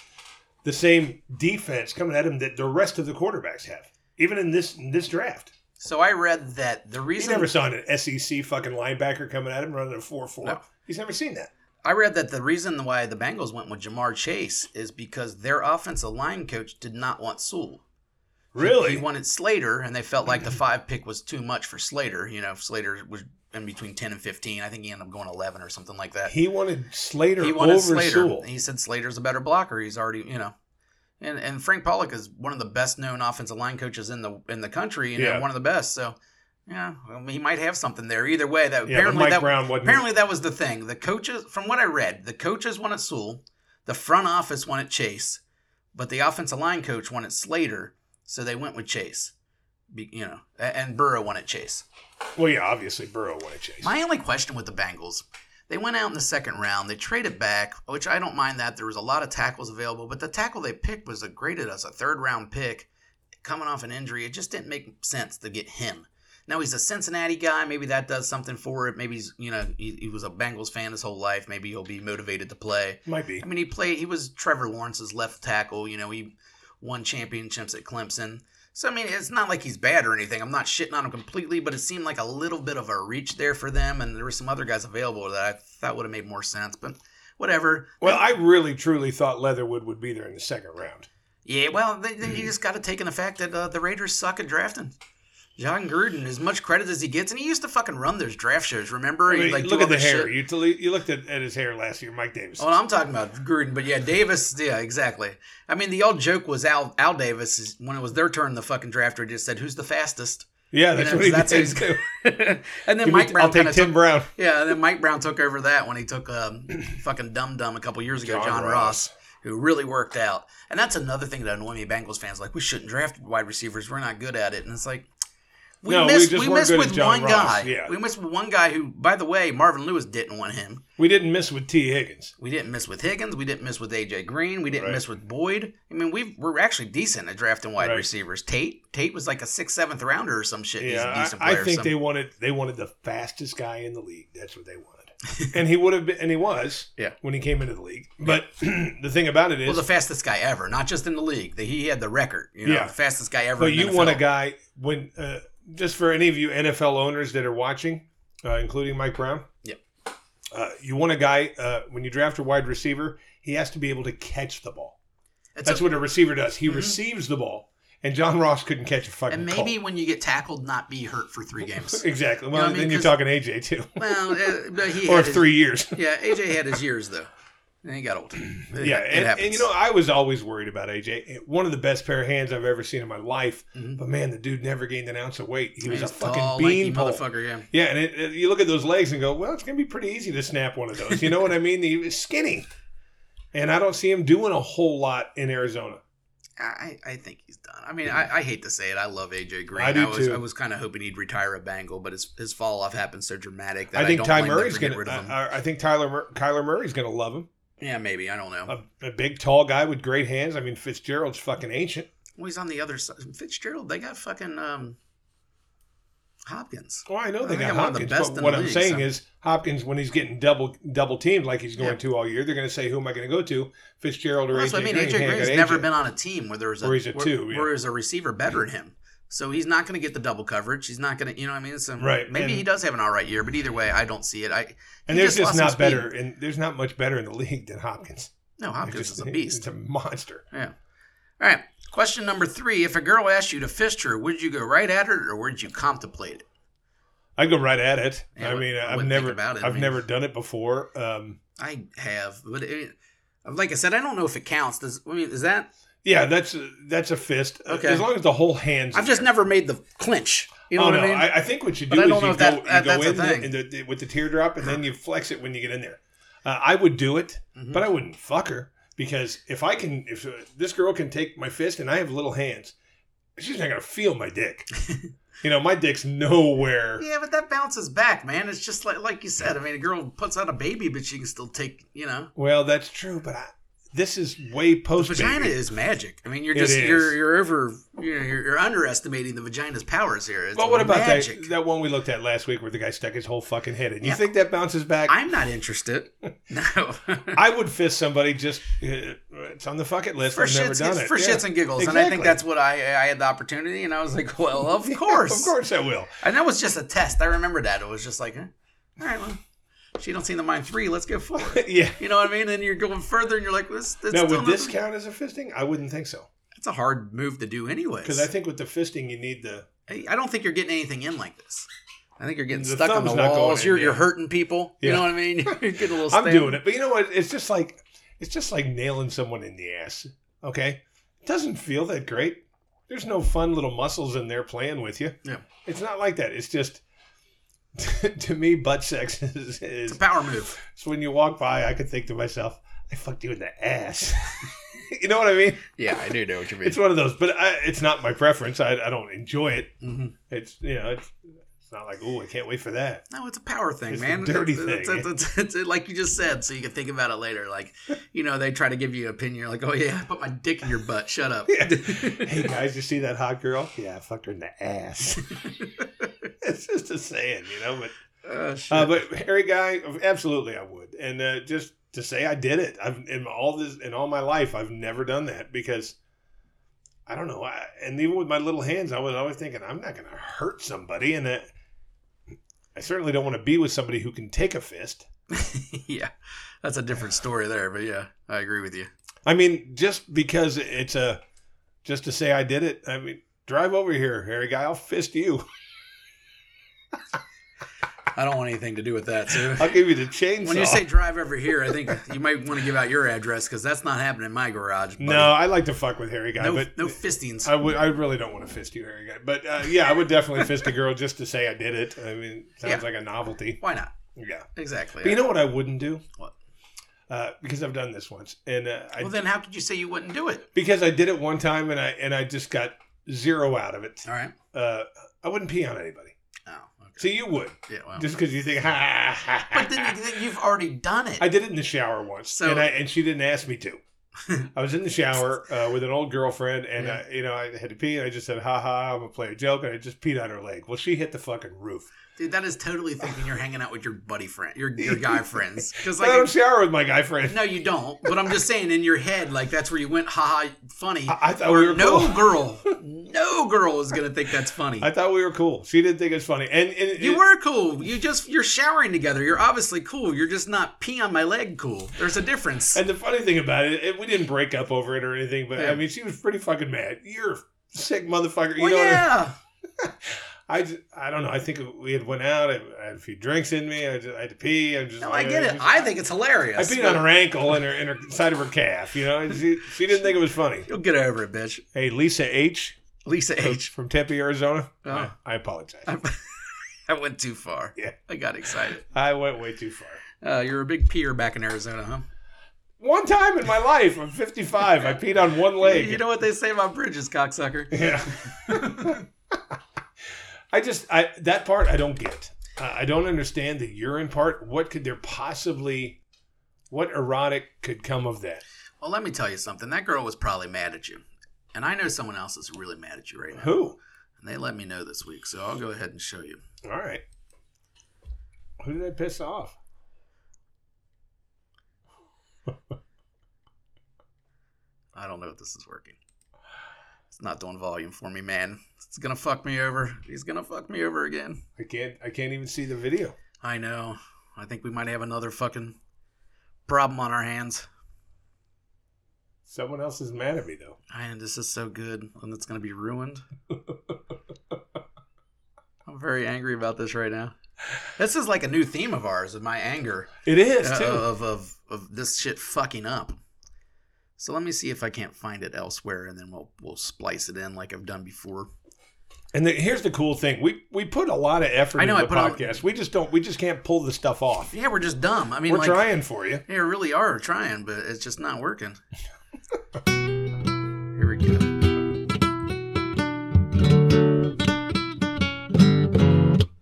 the same defense coming at him that the rest of the quarterbacks have, even in this in this draft.
So I read that the
He's
reason
never saw an SEC fucking linebacker coming at him running a four four.
No.
He's never seen that.
I read that the reason why the Bengals went with Jamar Chase is because their offensive line coach did not want Sewell. He-
Really?
He, wanted Slater, and they felt like the five pick was too much for Slater. You know, if Slater was in between ten and fifteen. I think he ended up going eleven or something like that.
he wanted Slater
he wanted
over
Slater.
Sewell.
He said Slater's a better blocker. He's already, you know, and and Frank Pollock is one of the best known offensive line coaches in the in the country, you know,
Yeah.
one of the best. So, yeah, I mean, he might have something there. Either way, that
Yeah, but
apparently
Mike
that
Brown wasn't.
apparently that was the thing. The coaches, from what I read, the coaches wanted Sewell, the front office wanted Chase, but the offensive line coach wanted Slater, so they went with Chase. Be, you know, a- and Burrow wanted Chase.
well, yeah, obviously Burrow wanted Chase.
My only question with the Bengals, they went out in the second round. They traded back, which I don't mind that. There was a lot of tackles available, but the tackle they picked was a graded as a third round pick coming off an injury. It just didn't make sense to get him. Now he's a Cincinnati guy. Maybe that does something for it. Maybe he's, you know, he, he was a Bengals fan his whole life. Maybe he'll be motivated to play.
Might be.
I mean, he played. He was Trevor Lawrence's left tackle. You know, he won championships at Clemson. So I mean, it's not like he's bad or anything. I'm not shitting on him completely, but it seemed like a little bit of a reach there for them, and there were some other guys available that I thought would have made more sense. But whatever.
Well, I really truly thought Leatherwood would be there in the second round.
Yeah, well, then then you
Mm-hmm.
just got to take in the fact that uh, the Raiders suck at drafting. John Gruden, as much credit as he gets, and he used to fucking run those draft shows. Remember?
I
He'd,
mean,
like, do
look
all
at the
this
hair.
shit.
You, t- you looked at, at his hair last year, Mike Davis.
Well, Oh, I'm talking about Gruden, but yeah, Davis. Yeah, exactly. I mean, the old joke was Al Al Davis is- when it was their turn. in The fucking draft, he just said, "Who's the fastest?"
Yeah, that's
You know,
what he
that's how
did.
he's
too.
and then
Give
Mike
me-
Brown
I'll
kind
take
of
Tim Brown.
yeah, and then Mike Brown took over that when he took um, fucking Dum Dum a couple years ago, John, Ross. who really worked out. And that's another thing that annoyed me, Bengals fans. Like, we shouldn't draft wide receivers. We're not good at it. And it's like, we
No, we
missed
just
we,
weren't
missed
good at
with
John Ross,
one guy.
yeah.
We missed with one guy who, by the way, Marvin Lewis didn't want him.
We didn't miss with T. Higgins.
We didn't miss with Higgins. We didn't miss with AJ Green. We didn't
Right.
miss with Boyd. I mean, we we're actually decent at drafting wide
Right.
receivers. Tate Tate was like a sixth, seventh rounder or some shit. He's a
Yeah,
decent
I, I
player.
think
so-
they wanted they wanted the fastest guy in the league. That's what they wanted, and he would have been, and he was.
Yeah.
when he came into the league. But the thing about it is,
well the fastest guy ever, not just in the league. The, he had the record. You know,
Yeah.
the fastest guy ever.
But
in
you
the
want a
NFL.
guy when uh, just for any of you NFL owners that are watching, uh, including Mike Brown.
Yep.
Uh, you want a guy uh, when you draft a wide receiver, he has to be able to catch the ball.
It's
That's
a-
what a receiver does. He
Mhm.
receives the ball, and John Ross couldn't catch a fucking.
and maybe when you get tackled, not be hurt for three
call.
games.
exactly. Well,
know what I mean?
then you're
'Cause-
talking AJ too,
well, uh, but he
or
had his-
three years.
Yeah, AJ had his years though. And he got old. It-
yeah,
it
and,
happens.
and you know I was always worried about AJ. One of the best pair of hands I've ever seen in my life.
Mhm.
But man, the dude never gained an ounce of weight. He was
He's
a fucking
tall, lanky
bean pole.
motherfucker. Yeah.
Yeah, and it, it- you look at those legs and go, well, it's going to be pretty easy to snap one of those. You know what I mean? He was skinny. And I don't see him doing a whole lot in Arizona.
I, I think he's done. I mean, I, I hate to say it. I love AJ Green.
I do
was
too.
I was kind of hoping he'd retire a Bengal, but his his fall off happened so dramatic that
I
I,
think
don't
Ty
blame them
Murray's uh,
for getting
going
rid
to.
of him.
I I think Tyler Mur- Kyler Murray's going to love him.
yeah, maybe I don't know.
A, a big, tall guy with great hands. I mean, Fitzgerald's fucking ancient.
well, he's on the other side. Fitzgerald, they got fucking um, Hopkins.
Oh, I know they
I think
got
I'm one of the
Hopkins,
best
but
in
what
the
I'm
league,
saying
so-
is Hopkins, when he's getting double double teamed like he's going
Yeah.
to all year, they're going to say, "Who am I going to go to? Fitzgerald or
Well,
AJ
that's what I mean.
Green?"
AJ
Hey, I
Green's
got
never
AJ.
been on a team where there was a,
Or he's a
where,
two, yeah.
where there's a receiver better than him. So he's not going to get the double coverage. He's not going to, you know what I mean? So
Right,
Maybe
and-
he does have an all right year, but either way, I don't see it. I
And
he
there's just
lost his
not
speed.
better, and there's not much better in the league than Hopkins.
No, Hopkins
It's
is
just-
a beast.
It's a monster.
Yeah. All right. Question number three: If a girl asked you to fist her, would you go right at her, or would you contemplate it?
I'd go right at it.
Yeah, I
I
would-
mean,
I
I have
wouldn't
never,
think about it. I
I've
mean-
never done it before. Um,
I have, but it, like I said, I don't know if it counts. Does I mean is that?
yeah, that's that's a fist. Uh,
Okay.
As long as the whole hands.
I've
in
just
there.
never made the clinch. You know
oh
what
no!
I mean?
I, I think what you
But
do
I
is you
don't know
go,
if that-
you
that-
go
that's a
in the,
thing.
in the, with the teardrop, and then you flex it when you get in there. Uh, I would do it,
Mhm.
but I wouldn't fuck her because if I can, if uh, this girl can take my fist and I have little hands, she's not gonna feel my dick. you know, my dick's nowhere.
yeah, but that bounces back, man. It's just like like you said. I mean, a girl puts out a baby, but she can still take. You know,
Well, that's true, but I, this is way
the
post.
vagina is magic. I mean, you're
It
just
is.
you're you're over you're, you're you're underestimating the vagina's powers here. It's
Well, what about
magic.
that that one we looked at last week where the guy stuck his whole fucking head in? You
Yeah.
think that bounces back? I,
I'm not interested. No.
would fist somebody just. Uh, it's on the fucking list.
for
I've never
shits,
done
it's
it.
for
Yeah.
shits and giggles, and I think
Exactly.
that's what I I had the opportunity, and I was like, well, of course,
of course, I will.
And that was just a test. I remember that it was just like, eh, all right, well, she don't seem to mind three. Let's go four.
yeah.
you know what I mean? And you're going further, and you're like, this, this
now,
still
would this
nothing.
count as a fisting? I wouldn't think so,
That's a hard move to do, anyways.
because I think with the fisting you need the.
I, I don't think you're getting anything in like this. I think you're getting
The
stuck on
thumb's
the
not going
walls.
in,
you're you're
yeah.
hurting people.
Yeah.
You know what I mean? You're getting a little.
I'm doing it, but you know what? It's just like it's just like nailing someone in the ass. Okay, it doesn't feel that great. There's no fun little muscles in there playing with you.
Yeah.
it's not like that. It's just. to me, butt sex is,
It's
is
a power move.
So when you walk by, I could think to myself, I fucked you in the ass. you know what I mean?
Yeah, I do know what you
It's one of those, but I, it's not my preference. I, I don't enjoy it.
hmm
It's, you know, it's, it's not like, oh, I can't wait for that.
No, it's a power thing,
It's the
man.
dirty
It's- it's-
thing.
it's- it's- it's- it's like you just said, so you can think about it later. Like, you know, they try to give you an opinion. You're like, oh yeah, I put my dick in your butt. Shut up.
Yeah. hey, guys, you see that hot girl? Yeah, I fucked her in the ass. it's just a saying, you know, but
Oh, shit.
Uh, but hairy guy, absolutely, I would. And uh, just to say, I did it. I've in all this in all my life, I've never done that because I don't know. I, and even with my little hands, I was always thinking, I'm not going to hurt somebody, and uh, I certainly don't want to be with somebody who can take a fist.
yeah, that's a different story there. But yeah, I agree with you.
I mean, just because it's a just to say I did it. I mean, drive over here, hairy guy. I'll fist you.
I don't want anything to do with that. So
I'll give you the chainsaw.
when you say drive over here, I think you might want to give out your address because that's not happening in my garage. buddy.
no, I like to fuck with hairy guy,
no,
but
no fistings.
I would. I really don't want to fist you, Harry. guy. But uh, yeah, I would definitely fist a girl just to say I did it. I mean, sounds
Yeah.
like a novelty.
Why not?
Yeah.
Exactly.
But you know what I wouldn't do?
What?
Uh, because I've done this once, and uh, I,
well, then how could you say you wouldn't do it?
because I did it one time, and I and I just got zero out of it.
All right.
Uh, I wouldn't pee on anybody.
Oh, okay.
See, you would
yeah, well.
just because you think ha ha ha. ha,
Oh. but then,
ha."
you- then you've already done it.
I did it in the shower once,
So-
and I and she didn't ask me to. I was in the shower uh, with an old girlfriend, and
Yeah.
I, you know I had to pee, and I just said, "Ha ha!" I'm gonna play a joke, and I just peed on her leg. Well, she hit the fucking roof.
Dude, that is totally thinking you're hanging out with your buddy friend, your, your guy friends. Because like,
I don't shower with my guy friend.
no, you don't. But I'm just saying, in your head, like that's where you went. Haha, funny.
I, I thought we were
no
cool.
girl, no girl is gonna think that's funny.
I thought we were cool. She didn't think it was funny, and, and
you
it-
were cool. You just you're showering together. You're obviously cool. You're just not pee on my leg cool. There's a difference.
And the funny thing about it, it, we didn't break up over it or anything, but
Yeah.
I mean, she was pretty fucking mad. You're a sick motherfucker. You
well,
know, what I-
yeah.
I, just, I don't know. I think we had went out. I, I had a few drinks in me. I, just, I had to pee. I'm just
No, I
like,
get it.
just-
I think it's hilarious.
I peed on her ankle and her, and her side of her calf. You know, she, she didn't think it was funny.
You'll get over it, bitch.
Hey, Lisa H.
Lisa
from-
H.
from Tempe, Arizona.
Oh.
I, I apologize.
I- I went too far.
Yeah.
I got excited.
I went way too far.
Uh, you're a big peer back in Arizona, huh?
One time in my life, I'm 55. I peed on one leg.
You know what they say about bridges, cocksucker.
Yeah. I just I that part I don't get. I I don't understand the urine part. What could there possibly what erotic could come of that?
Well, let me tell you something. That girl was probably mad at you, and I know someone else is really mad at you right now.
Who?
And they let me know this week, so I'll go ahead and show you.
All right. Who did I piss off?
I don't know if this is working. It's not doing volume for me, man. It's gonna fuck me over. He's gonna fuck me over again.
I can't I can't even see the video.
I know. I think we might have another fucking problem on our hands.
Someone else is mad at me though.
And this is so good, and it's gonna be ruined. I'm very angry about this right now. This is like a new theme of ours, of my anger
It is
uh,
too.
of, of of this shit fucking up. So let me see if I can't find it elsewhere, and then we'll we'll splice it in like I've done before.
and the, here's the cool thing. We we put a lot of effort
I know,
into the
I put on-
podcast. we just don't we just can't pull the stuff off.
Yeah, we're just dumb. I mean,
We're
like,
trying for you.
They really are trying, but it's just not working. Here we go.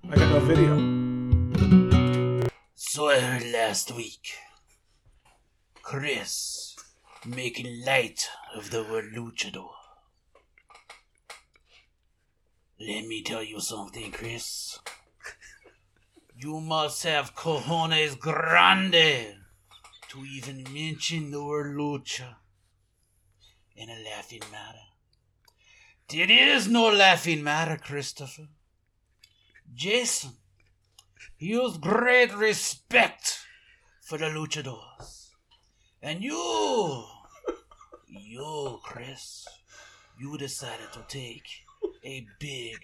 I got no video.
So I heard last week. Chris making light of the word luchador. Let me tell you something, Chris. You must have cojones grande to even mention the word lucha in a laughing matter. There is no laughing matter, Christopher. Jason use great respect for the luchadors. And you, you, Chris, you decided to take a big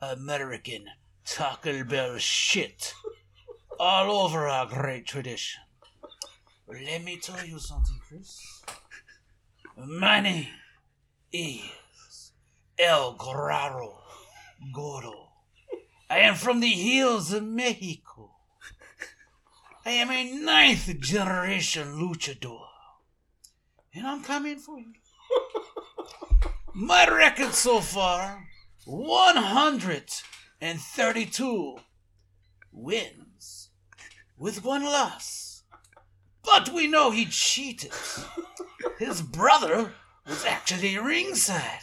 American Taco Bell shit all over our great tradition. Let me tell you something, Chris. My name is El Guerrero Gordo. I am from the hills of Mexico. I am a ninth generation luchador. And I'm coming for you. My record so far 132 wins with one loss. But we know he cheated. His brother was actually ringside.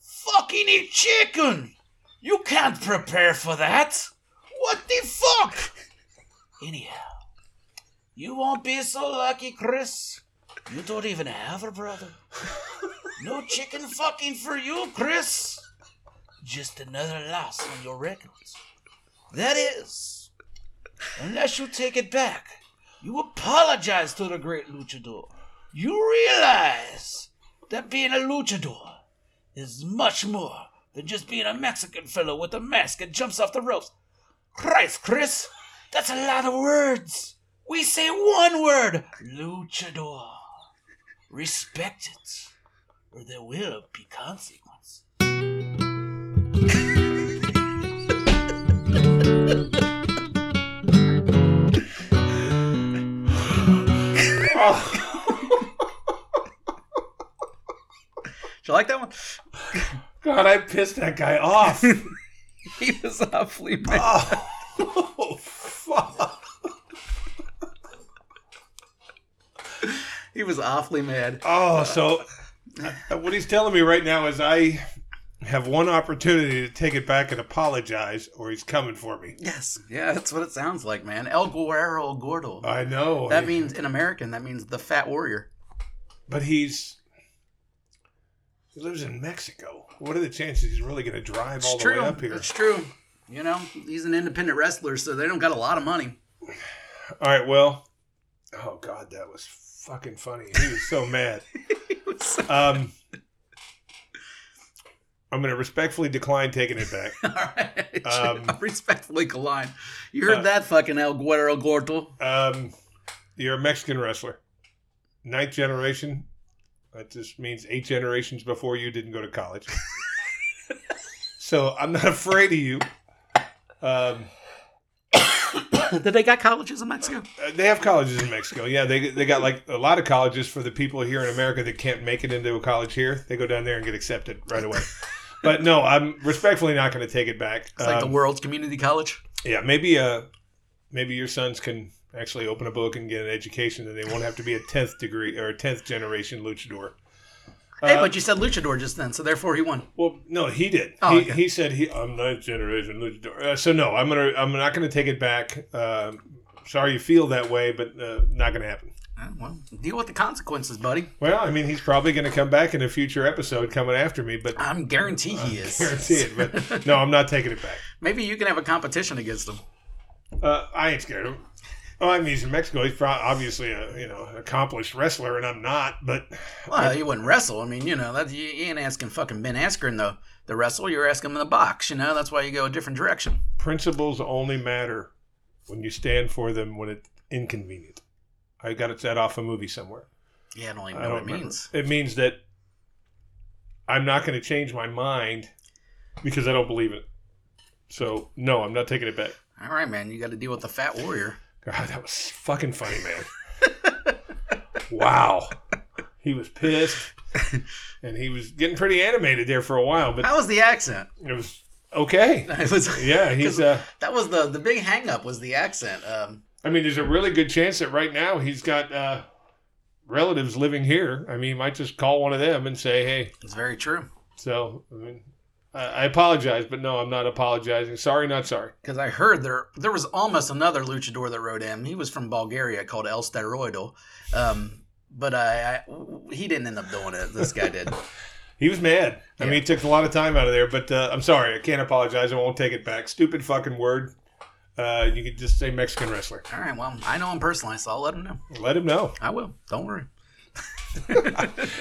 Fucking a chicken! You can't prepare for that. What the fuck? Anyhow, you won't be so lucky, Chris. You don't even have a brother. No chicken fucking for you, Chris. Just another loss on your records. That is, unless you take it back, you apologize to the great luchador. You realize that being a luchador is much more than just being a Mexican fellow with a mask and jumps off the ropes. Christ, Chris, that's a lot of words. We say one word luchador. Respect it, or there will be consequences.
Oh. Oh,
Do you like that one?
God, I pissed that guy off.
he was awfully bad.
oh, oh, fuck.
He was awfully mad.
Oh, so uh, what he's telling me right now is I have one opportunity to take it back and apologize, or he's coming for me.
Yes, yeah, that's what it sounds like, man. El Guerrero Gordo.
I know.
that
I-
means in American, that means the fat warrior.
but he's he lives in Mexico. What are the chances he's really going to drive all
It's
the
true.
way up here?
It's true. You know, he's an independent wrestler, so they don't got a lot of money.
All right, well, oh god, that was fucking funny. He was so mad. Um, I'm going to respectfully decline taking it back.
All right,
Um,
respectfully, Kaline. You heard
uh,
that fucking El Guerrero Gordo.
Um, you're a Mexican wrestler, ninth generation. That just means eight generations before you didn't go to college. so I'm not afraid of you. Um,
Did they got colleges in Mexico?
Uh, they have colleges in Mexico. Yeah, they they got like a lot of colleges for the people here in America that can't make it into a college here. They go down there and get accepted right away. But no, I'm respectfully not going to take it back.
It's like the
Um,
world's community college.
yeah, maybe uh, maybe your sons can actually open a book and get an education, and they won't have to be a tenth degree or a tenth generation luchador.
hey,
uh,
but you said luchador just then, so therefore he won.
Well, no, he did.
Oh,
he,
okay.
he said he I'm ninth generation luchador. Uh, so no, I'm gonna I'm not gonna take it back. Uh, sorry you feel that way, but uh, not gonna happen.
Uh, well, deal with the consequences, buddy.
Well, I mean, he's probably going to come back in a future episode coming after me, but I
I'm guarantee he is.
guarantee it. But no, I'm not taking it back.
Maybe you can have a competition against him.
Uh, I ain't scared of him. Oh, I mean, he's in Mexico. He's pro- obviously a you know accomplished wrestler, and I'm not. But
Well, you wouldn't wrestle. I mean, you know, that, you, you ain't asking fucking Ben Askren to, to wrestle. You're asking him in the box. You know, that's why you go a different direction.
principles only matter when you stand for them when it's inconvenient. I got it set off a movie somewhere.
Yeah, I don't even
I
know
don't
what it
remember.
means.
It means that I'm not going to change my mind because I don't believe it. So no, I'm not taking it back.
All right, man, you got to deal with the fat warrior.
God, that was fucking funny, man. wow. He was pissed. And he was getting pretty animated there for a while, but
How was the accent?
it was okay.
It was
Yeah, he's uh
that was the the big hang up was the accent. Um,
I mean there's a really good chance that right now he's got uh relatives living here. I mean, he might just call one of them and say, "Hey."
it's very true.
So, I mean, I, I apologize, but no, I'm not apologizing. Sorry, not sorry.
Because I heard there there was almost another luchador that rode him. He was from Bulgaria called El Steroidal. Um, but I, I he didn't end up doing it. This guy did.
He was mad. I
Yeah.
mean, it took a lot of time out of there, but uh, I'm sorry. I can't apologize. I won't take it back. Stupid fucking word. Uh, you could just say Mexican wrestler.
All right, well, I know him personally, so I'll let him know.
Let him know.
I will. Don't worry.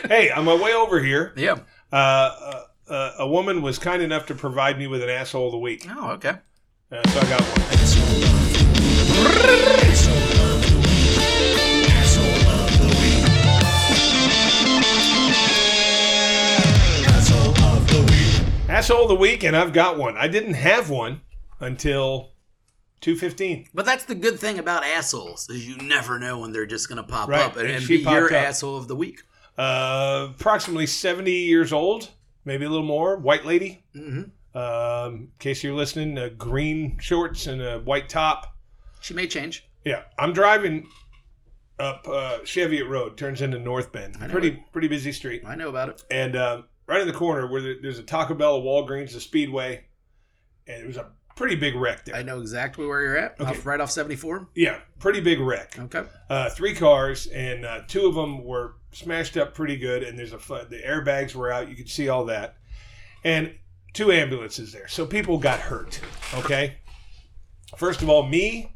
Hey, on my way over here,
Yeah.
uh, uh, uh, a woman was kind enough to provide me with an asshole of the week.
Oh, okay.
Uh, so I got one. Asshole of the week, and I've got one. I didn't have one until 215.
But that's the good thing about assholes is you never know when they're just gonna pop
Right,
up and,
and
and
she
be your
popped up.
asshole of the week.
Uh, approximately 70 years old, maybe a little more. White lady.
hmm
Um, in case you're listening, uh, green shorts and a white top.
She may change.
Yeah, I'm driving up uh, Cheviot Road, turns into North Bend.
I know
Pretty pretty busy street.
I know about it.
And um, right in the corner where there, there's a Taco Bell, a Walgreens, a Speedway, and it was a pretty big wreck there.
I know exactly where you're at.
Okay.
Off, right off 74.
Yeah, pretty big wreck.
Okay.
Uh, three cars, and uh, two of them were smashed up pretty good. And there's a fu- the airbags were out. You could see all that, and two ambulances there. So people got hurt. Okay. First of all, me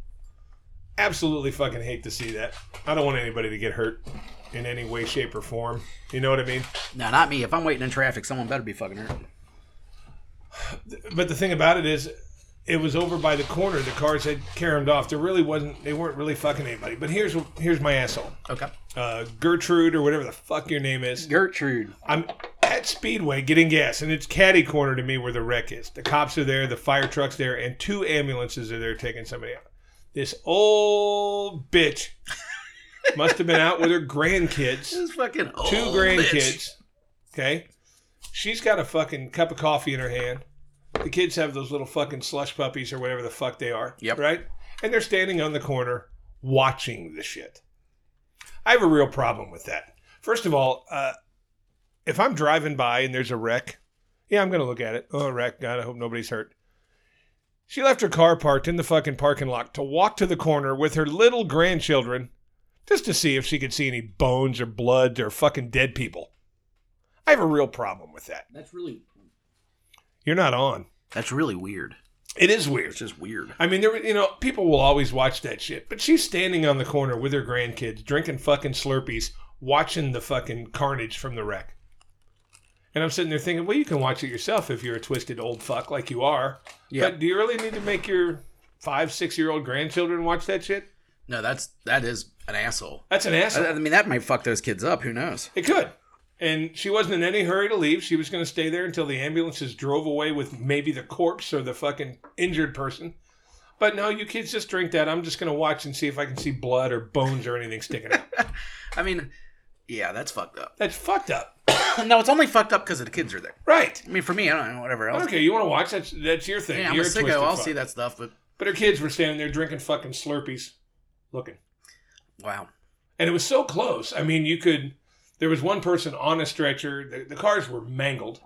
absolutely fucking hate to see that. I don't want anybody to get hurt in any way, shape, or form. You know what I mean?
No, not me. If I'm waiting in traffic, someone better be fucking hurt.
But the thing about it is, it was over by the corner. The cars had caromed off. There really wasn't. They weren't really fucking anybody. But here's here's my asshole.
Okay.
uh, Gertrude or whatever the fuck your name is.
Gertrude.
I'm at Speedway getting gas, and it's catty corner to me where the wreck is. The cops are there, the fire truck's there, and two ambulances are there taking somebody out. This old bitch must have been out with her grandkids,
This is fucking
two
old Oh, bitch.
grandkids. Okay, She's got a fucking cup of coffee in her hand. The kids have those little fucking slush puppies or whatever the fuck they are.
Yep.
Right? And they're standing on the corner watching the shit. I have a real problem with that. First of all, uh, if I'm driving by and there's a wreck, yeah, I'm going to look at it. Oh, wreck. God, I hope nobody's hurt. She left her car parked in the fucking parking lot to walk to the corner with her little grandchildren just to see if she could see any bones or blood or fucking dead people. I have a real problem with that.
That's really
You're not on.
that's really weird.
It is weird.
It's just weird.
I mean, there were- you know, people will always watch that shit, but she's standing on the corner with her grandkids, drinking fucking Slurpees, watching the fucking carnage from the wreck. And I'm sitting there thinking, well, you can watch it yourself if you're a twisted old fuck like you are.
Yeah.
But do you really need to make your five, six year old grandchildren watch that shit?
No, that's that is an asshole.
That's an asshole.
I, I mean, that might fuck those kids up. Who knows?
It could. And she wasn't in any hurry to leave. She was going to stay there until the ambulances drove away with maybe the corpse or the fucking injured person. But no, you kids just drink that. I'm just going to watch and see if I can see blood or bones or anything sticking out.
I mean, yeah, that's fucked up.
That's fucked up.
no, it's only fucked up because the kids are there.
Right.
I mean, for me, I don't know whatever else.
Okay, you want to watch? That's that's your thing.
Yeah, I'm a
You're
sicko.
twisted
I'll
fuck.
see that stuff, but
But her kids were standing there drinking fucking Slurpees, looking.
wow.
And it was so close. I mean, you could. There was one person on a stretcher. The, the cars were mangled.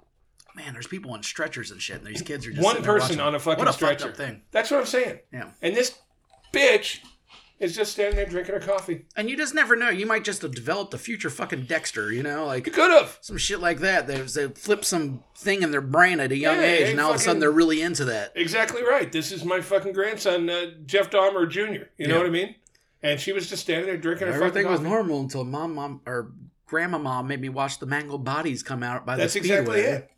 Man, there's people on stretchers and shit, and these kids are just
one
sitting there
person
watching.
on a fucking
what a
stretcher.
fucked up thing.
That's what I'm saying.
Yeah,
And this bitch is just standing there drinking her coffee.
and you just never know. You might just have developed a future fucking Dexter. You know,
You
like
could have.
some shit like that. They, they flip some thing in their brain at a young
Yeah,
age,
they
and all of a
fucking-
sudden they're really into that.
Exactly right. This is my fucking grandson, uh, Jeff Dahmer Jr. You know
Yeah.
what I mean? And she was just standing there drinking her fucking
Everything was
coffee.
normal until mom, mom, or grandma, mom made me watch the mangled bodies come out by
That's
the
exactly
speedway.
it.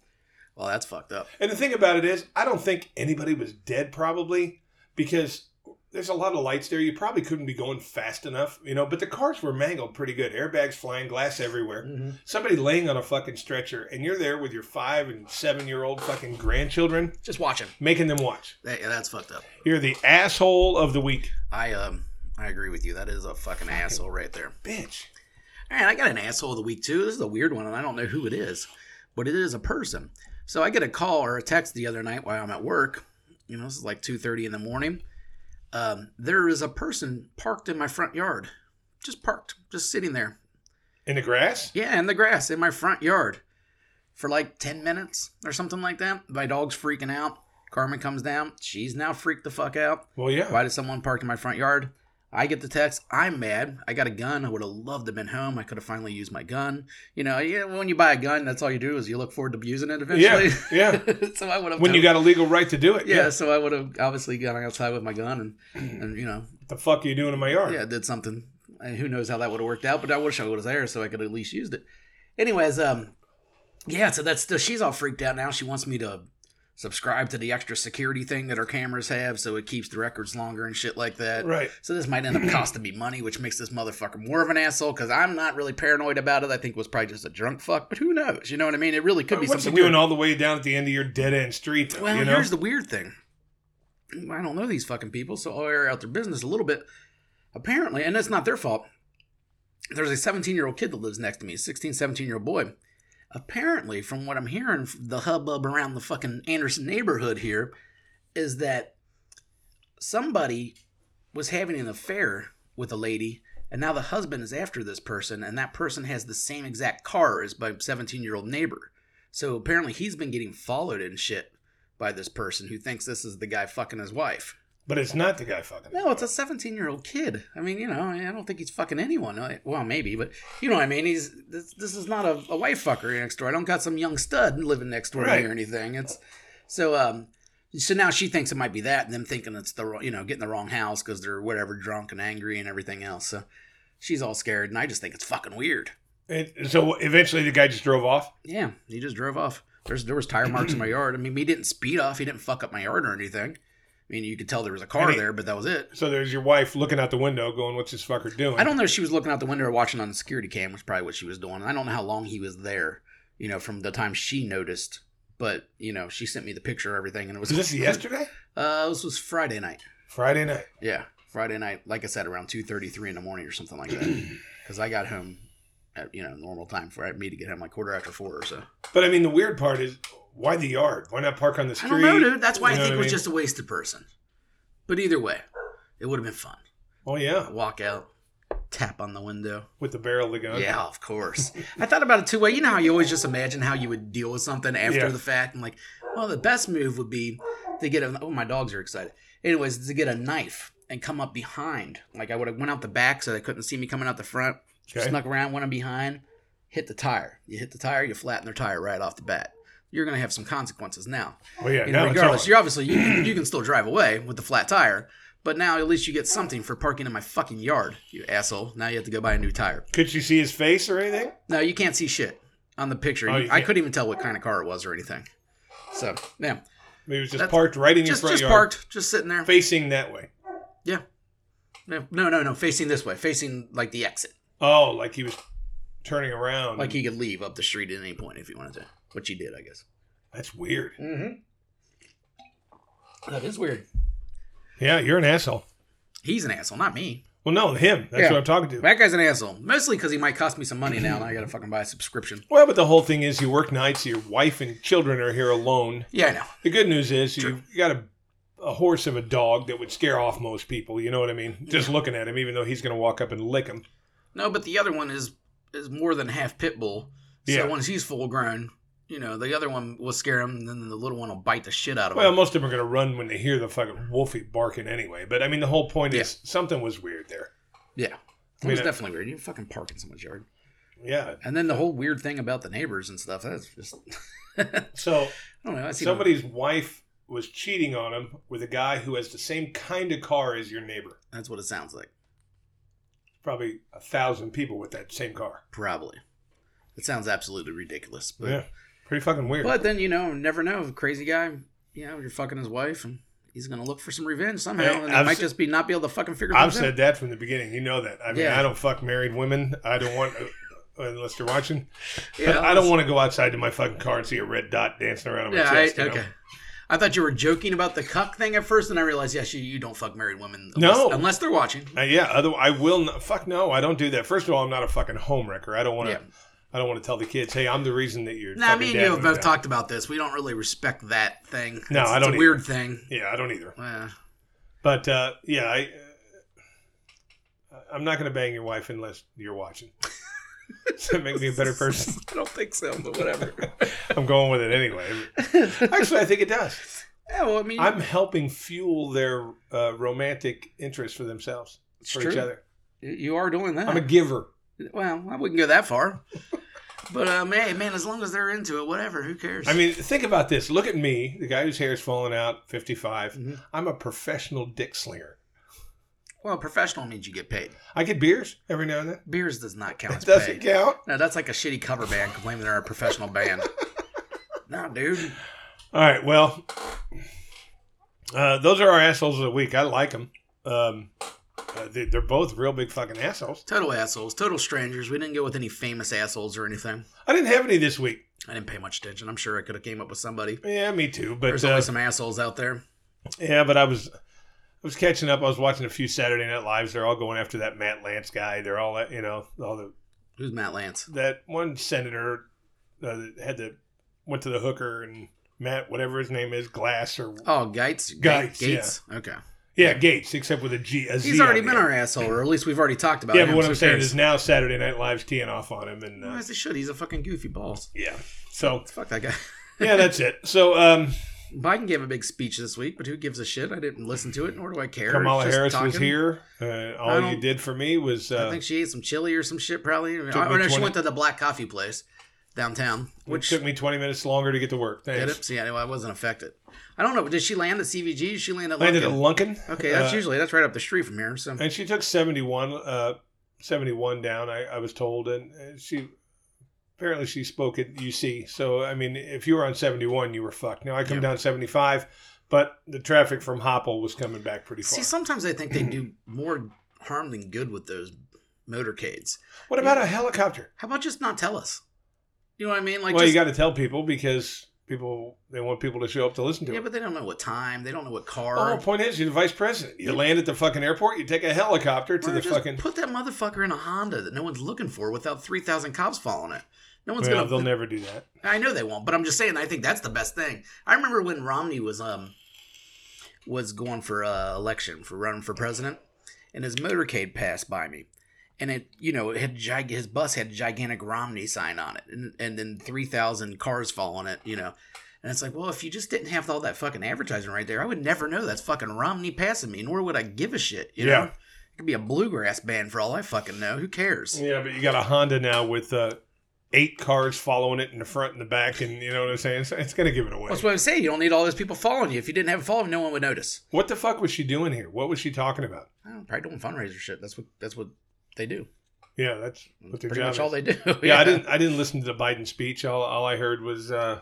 Well, that's fucked up.
And the thing about it is, I don't think anybody was dead probably because there's a lot of lights there. You probably couldn't be going fast enough, you know, but the cars were mangled pretty good. Airbags flying, glass everywhere.
Mm-hmm.
Somebody laying on a fucking stretcher, and you're there with your five and seven year old fucking grandchildren
Just watching.
making them watch.
That, yeah, that's fucked up.
You're the asshole of the week.
I um, I agree with you. That is a fucking asshole right there.
Bitch.
All right, I got an asshole of the week too. This is a weird one, and I don't know who it is, but it is a person. So I get a call or a text the other night while I'm at work. You know, this is like two thirty in the morning. Um, there is a person parked in my front yard, just parked, just sitting there.
In the grass?
Yeah, in the grass in my front yard for like ten minutes or something like that. My dog's freaking out. Carmen comes down. She's now freaked the fuck out.
Well, yeah.
Why did someone park in my front yard? I get the text. I'm mad. I got a gun. I would have loved to been home. I could have finally used my gun. You know, yeah, when you buy a gun, that's all you do is you look forward to using it eventually.
Yeah, yeah.
so I would have.
When you got a legal right to do it.
Yeah, so I would have obviously gone outside with my gun and, and you know,
What the fuck are you doing in my yard?
yeah, did something. And who knows how that would have worked out? But I wish I was there so I could at least used it. Anyways, um, yeah. So that's still she's all freaked out now. She wants me to subscribe to the extra security thing that our cameras have, so it keeps the records longer and shit like that.
Right.
So this might end up costing me money, which makes this motherfucker more of an asshole because I'm not really paranoid about it. I think it was probably just a drunk fuck, but who knows? You know what I mean? It really could be
What's he
something
doing
weird.
all the way down at the end of your dead end street? Though,
well,
you know?
here's the weird thing. I don't know these fucking people, so I'll air out their business a little bit. Apparently, and it's not their fault. There's a 17 year old kid that lives next to me, a 16, 17 year old boy. Apparently, from what I'm hearing, the hubbub around the fucking Anderson neighborhood here is that somebody was having an affair with a lady, and now the husband is after this person, and that person has the same exact car as my 17 year old neighbor. So apparently, he's been getting followed and shit by this person who thinks this is the guy fucking his wife.
but it's not the guy fucking.
No, it's a 17 year old kid. I mean, you know, I don't think he's fucking anyone. Uh, Well, maybe, but you know what I mean? He's this, this is not a, a wife fucker next door. I don't got some young stud living next door to me
Right.
or anything. It's so, um, so now she thinks it might be that, and them thinking it's the, wrong- you know, getting the wrong house because they're whatever, drunk and angry and everything else. So she's all scared, and I just think it's fucking weird.
It- so eventually the guy just drove off.
Yeah, he just drove off. There's there was tire marks in my yard. I mean, he didn't speed off. He didn't fuck up my yard or anything. I mean, you could tell there was a car
And he-
there, but that was it.
So there's your wife looking out the window, going, "What's this fucker doing?"
I don't know if she was looking out the window or watching on the security cam, which is probably what she was doing. I don't know how long he was there, you know, from the time she noticed. But, you know, she sent me the picture of everything and it was
Was this yesterday?
Uh this was Friday night.
Friday night.
Yeah. Friday night, like I said, around two thirty three in the morning or something like that. Because I got home at, you know, normal time for me to get home, like quarter after four or so.
But I mean, the weird part is why the yard? Why not park on the
I
street?
don't know, dude. That's why
You
I
know
think
what I
it was
mean?
just a wasted person. But either way, it would have been fun.
Oh yeah,
Walk out, tap on the window.
with the barrel of the gun.
Yeah, of course. I thought about it two way. You know how you always just imagine how you would deal with something after
Yeah.
the fact, and like, well, the best move would be to get a. Oh, my dogs are excited. Anyways, to get a knife and come up behind. Like I would have went out the back so they couldn't see me coming out the front.
Okay.
Snuck around, went in behind, hit the tire. You hit the tire, you flatten their tire right off the bat. You're gonna have some consequences now.
Oh yeah.
You
now
know,
it's
regardless,
on.
you're obviously you, you can still drive away with the flat tire, but now at least you get something for parking in my fucking yard, you asshole. Now you have to go buy a new tire.
Could you see his face or anything?
No, you can't see shit on the picture.
Oh,
You-
you
I
can't.
couldn't even tell what kind of car it was or anything. So yeah,
Maybe it was just
That's-
parked right in your
just
front
just
yard,
parked, just sitting there.
facing that way.
No, no, no, no, facing this way, facing like the exit,
Oh, like he was turning around.
like he could leave up the street at any point if he wanted to, which he did, I guess.
That's weird.
Mm-hmm. That is weird.
Yeah, you're an asshole.
He's an asshole, not me.
Well, no, him. That's
Yeah.
what I'm talking to.
That guy's an asshole, mostly because he might cost me some money now, and I gotta fucking buy a subscription.
Well, but the whole thing is you work nights, your wife and children are here alone.
Yeah, I know.
The good news is
True.
you've got a, a horse of a dog that would scare off most people. You know what I mean? Just looking at him, even though he's going to walk up and lick him.
No, but the other one is is more than half pit bull. So
Yeah.
once he's full grown, you know, the other one will scare him, and then the little one will bite the shit out of
Well,
him.
most of them are going to run when they hear the fucking wolfie barking anyway. But I mean, the whole point is something was weird there.
Yeah. It
I mean,
was
I-
definitely weird. You fucking park in someone's yard.
Yeah.
And then the whole weird thing about the neighbors and stuff, that's just I
So
don't know. I see
somebody's wife was cheating on him with a guy who has the same kind of car as your neighbor.
that's what it sounds like.
Probably a thousand people with that same car.
Probably. It sounds absolutely ridiculous. But
Yeah. Pretty fucking weird.
but then you know, never know. Crazy guy, you know, you're fucking his wife and he's gonna look for some revenge somehow.
Hey,
and he
I've
might
s-
just be not be able to fucking figure
I've
things out.
said that from the beginning. You know that. I mean,
Yeah.
I don't fuck married women. I don't want, uh, unless you're watching,
Yeah,
I don't want to go outside to my fucking car and see a red dot dancing around on my
Yeah, I,
chest. you know?
okay. I thought you were joking about the cuck thing at first, and I realized, yes, you, you don't fuck married women. Unless,
No.
Unless they're watching.
Uh, yeah, other I will not. Fuck no, I don't do that. First of all, I'm not a fucking homewrecker. I don't want to.
Yeah.
I don't want to tell the kids, hey, I'm the reason that you're.
Nah, me and you have both
talked.
talked about this. We don't really respect that thing.
No,
It's-
I
it's
don't
a
either.
weird thing.
Yeah, I don't either.
Uh,
But uh, yeah, I, uh, I'm not going to bang your wife unless you're watching. Does that make me a better person?
I don't think so, but whatever.
I'm going with it anyway. Actually, I think it does.
yeah, well, I mean,
I'm helping fuel their uh, romantic interest for themselves,
it's
for
true.
each other.
You are doing that.
I'm a giver.
well, I wouldn't go that far. But um, hey, man, as long as they're into it, whatever. Who cares?
I mean, think about this. Look at me, the guy whose hair's falling out, 55.
Mhm.
I'm a professional dick slinger.
well, professional means you get paid.
I get beers every now and then.
Beers does not count as
It doesn't
paid.
count.
no, that's like a shitty cover band complaining they're a professional band. no, dude.
All right. Well, uh, those are our assholes of the week. I like them. Um, uh, they, they're both real big fucking assholes.
Total assholes, total strangers. We didn't go with any famous assholes or anything.
I didn't have any this week.
I didn't pay much attention. I'm sure I could have came up with somebody.
Yeah, me too. But
There's
uh,
always some assholes out there.
yeah, but I was I was catching up. I was watching a few Saturday Night Lives. They're all going after that Matt Lance guy. They're all that you know all the
Who's Matt Lance?
that one senator uh, that had the went to the hooker and Matt whatever his name is Glass or
Oh, Geitz. Ge-
Geitz,
Gates. Okay.
yeah Gates except with a G. A Z
He's already
on the
been
end.
our asshole, or at least we've already talked about
Yeah,
him.
but what
so
I'm
who
saying
cares?
is now Saturday Night Live's teeing off on him and
Well,
uh,
as he should. He's a fucking goofy balls.
yeah so.
Fuck that guy.
yeah, that's it. So, um,
Biden gave a big speech this week, but who gives a shit? I didn't listen to it, nor do I care. It's
Kamala
just
Harris was
talking.
here. Uh,
I
all
don't-
you did for me was uh,
I think she ate some chili or some shit, probably. Or,
Took me
or no, she
20
went to the black coffee place downtown,
which
which
took me 20 minutes longer to get to work.
Did
Thanks.
it? See, I know I wasn't affected. I don't know. Did she land at CVG? Did She land at Lincoln?
Landed at Lunkin.
okay, that's
uh,
usually that's right up the street from here. So
and she took 71, uh, 71 down. I, I was told, and uh, she apparently she spoke at UC. So, I mean, if you were on 71, you were fucked. Now I come
Yeah.
down 75, but the traffic from Hopple was coming back pretty far.
see, sometimes I think they do more harm than good with those motorcades.
what about a helicopter?
How about just not tell us? You know what I mean? Like,
well, you
just,
got to tell people because people they want people to show up to listen to
Yeah,
it.
but they don't know what time. They don't know what car.
Oh, point is, you're the vice president. You land at the fucking airport. You take a helicopter to
Or
the
just
fucking.
put that motherfucker in a Honda that no one's looking for without three thousand cops following it. No one's
Well,
gonna.
they'll never do that.
I know they won't, but I'm just saying. I think that's the best thing. I remember when Romney was um was going for uh, election for running for president, and his motorcade passed by me, and it you know it had gig- his bus had a gigantic Romney sign on it, and and then three thousand cars following it, you know. And it's like, well, if you just didn't have all that fucking advertising right there, I would never know that's fucking Romney passing me, nor would I give a shit. You know,
Yeah.
it could be a bluegrass band for all I fucking know. Who cares?
Yeah, but you got a Honda now with uh, eight cars following it in the front and the back, and you know what I'm saying. So it's gonna give it away.
That's what I'm saying. You don't need all those people following you. If you didn't have a following, no one would notice.
What the fuck was she doing here? What was she talking about?
I don't know, probably doing fundraiser shit. That's what that's what they do.
Yeah, that's what
That's
their
pretty
job
much
is.
all they do.
yeah, I didn't. I didn't listen to the Biden speech. All, all I heard was uh,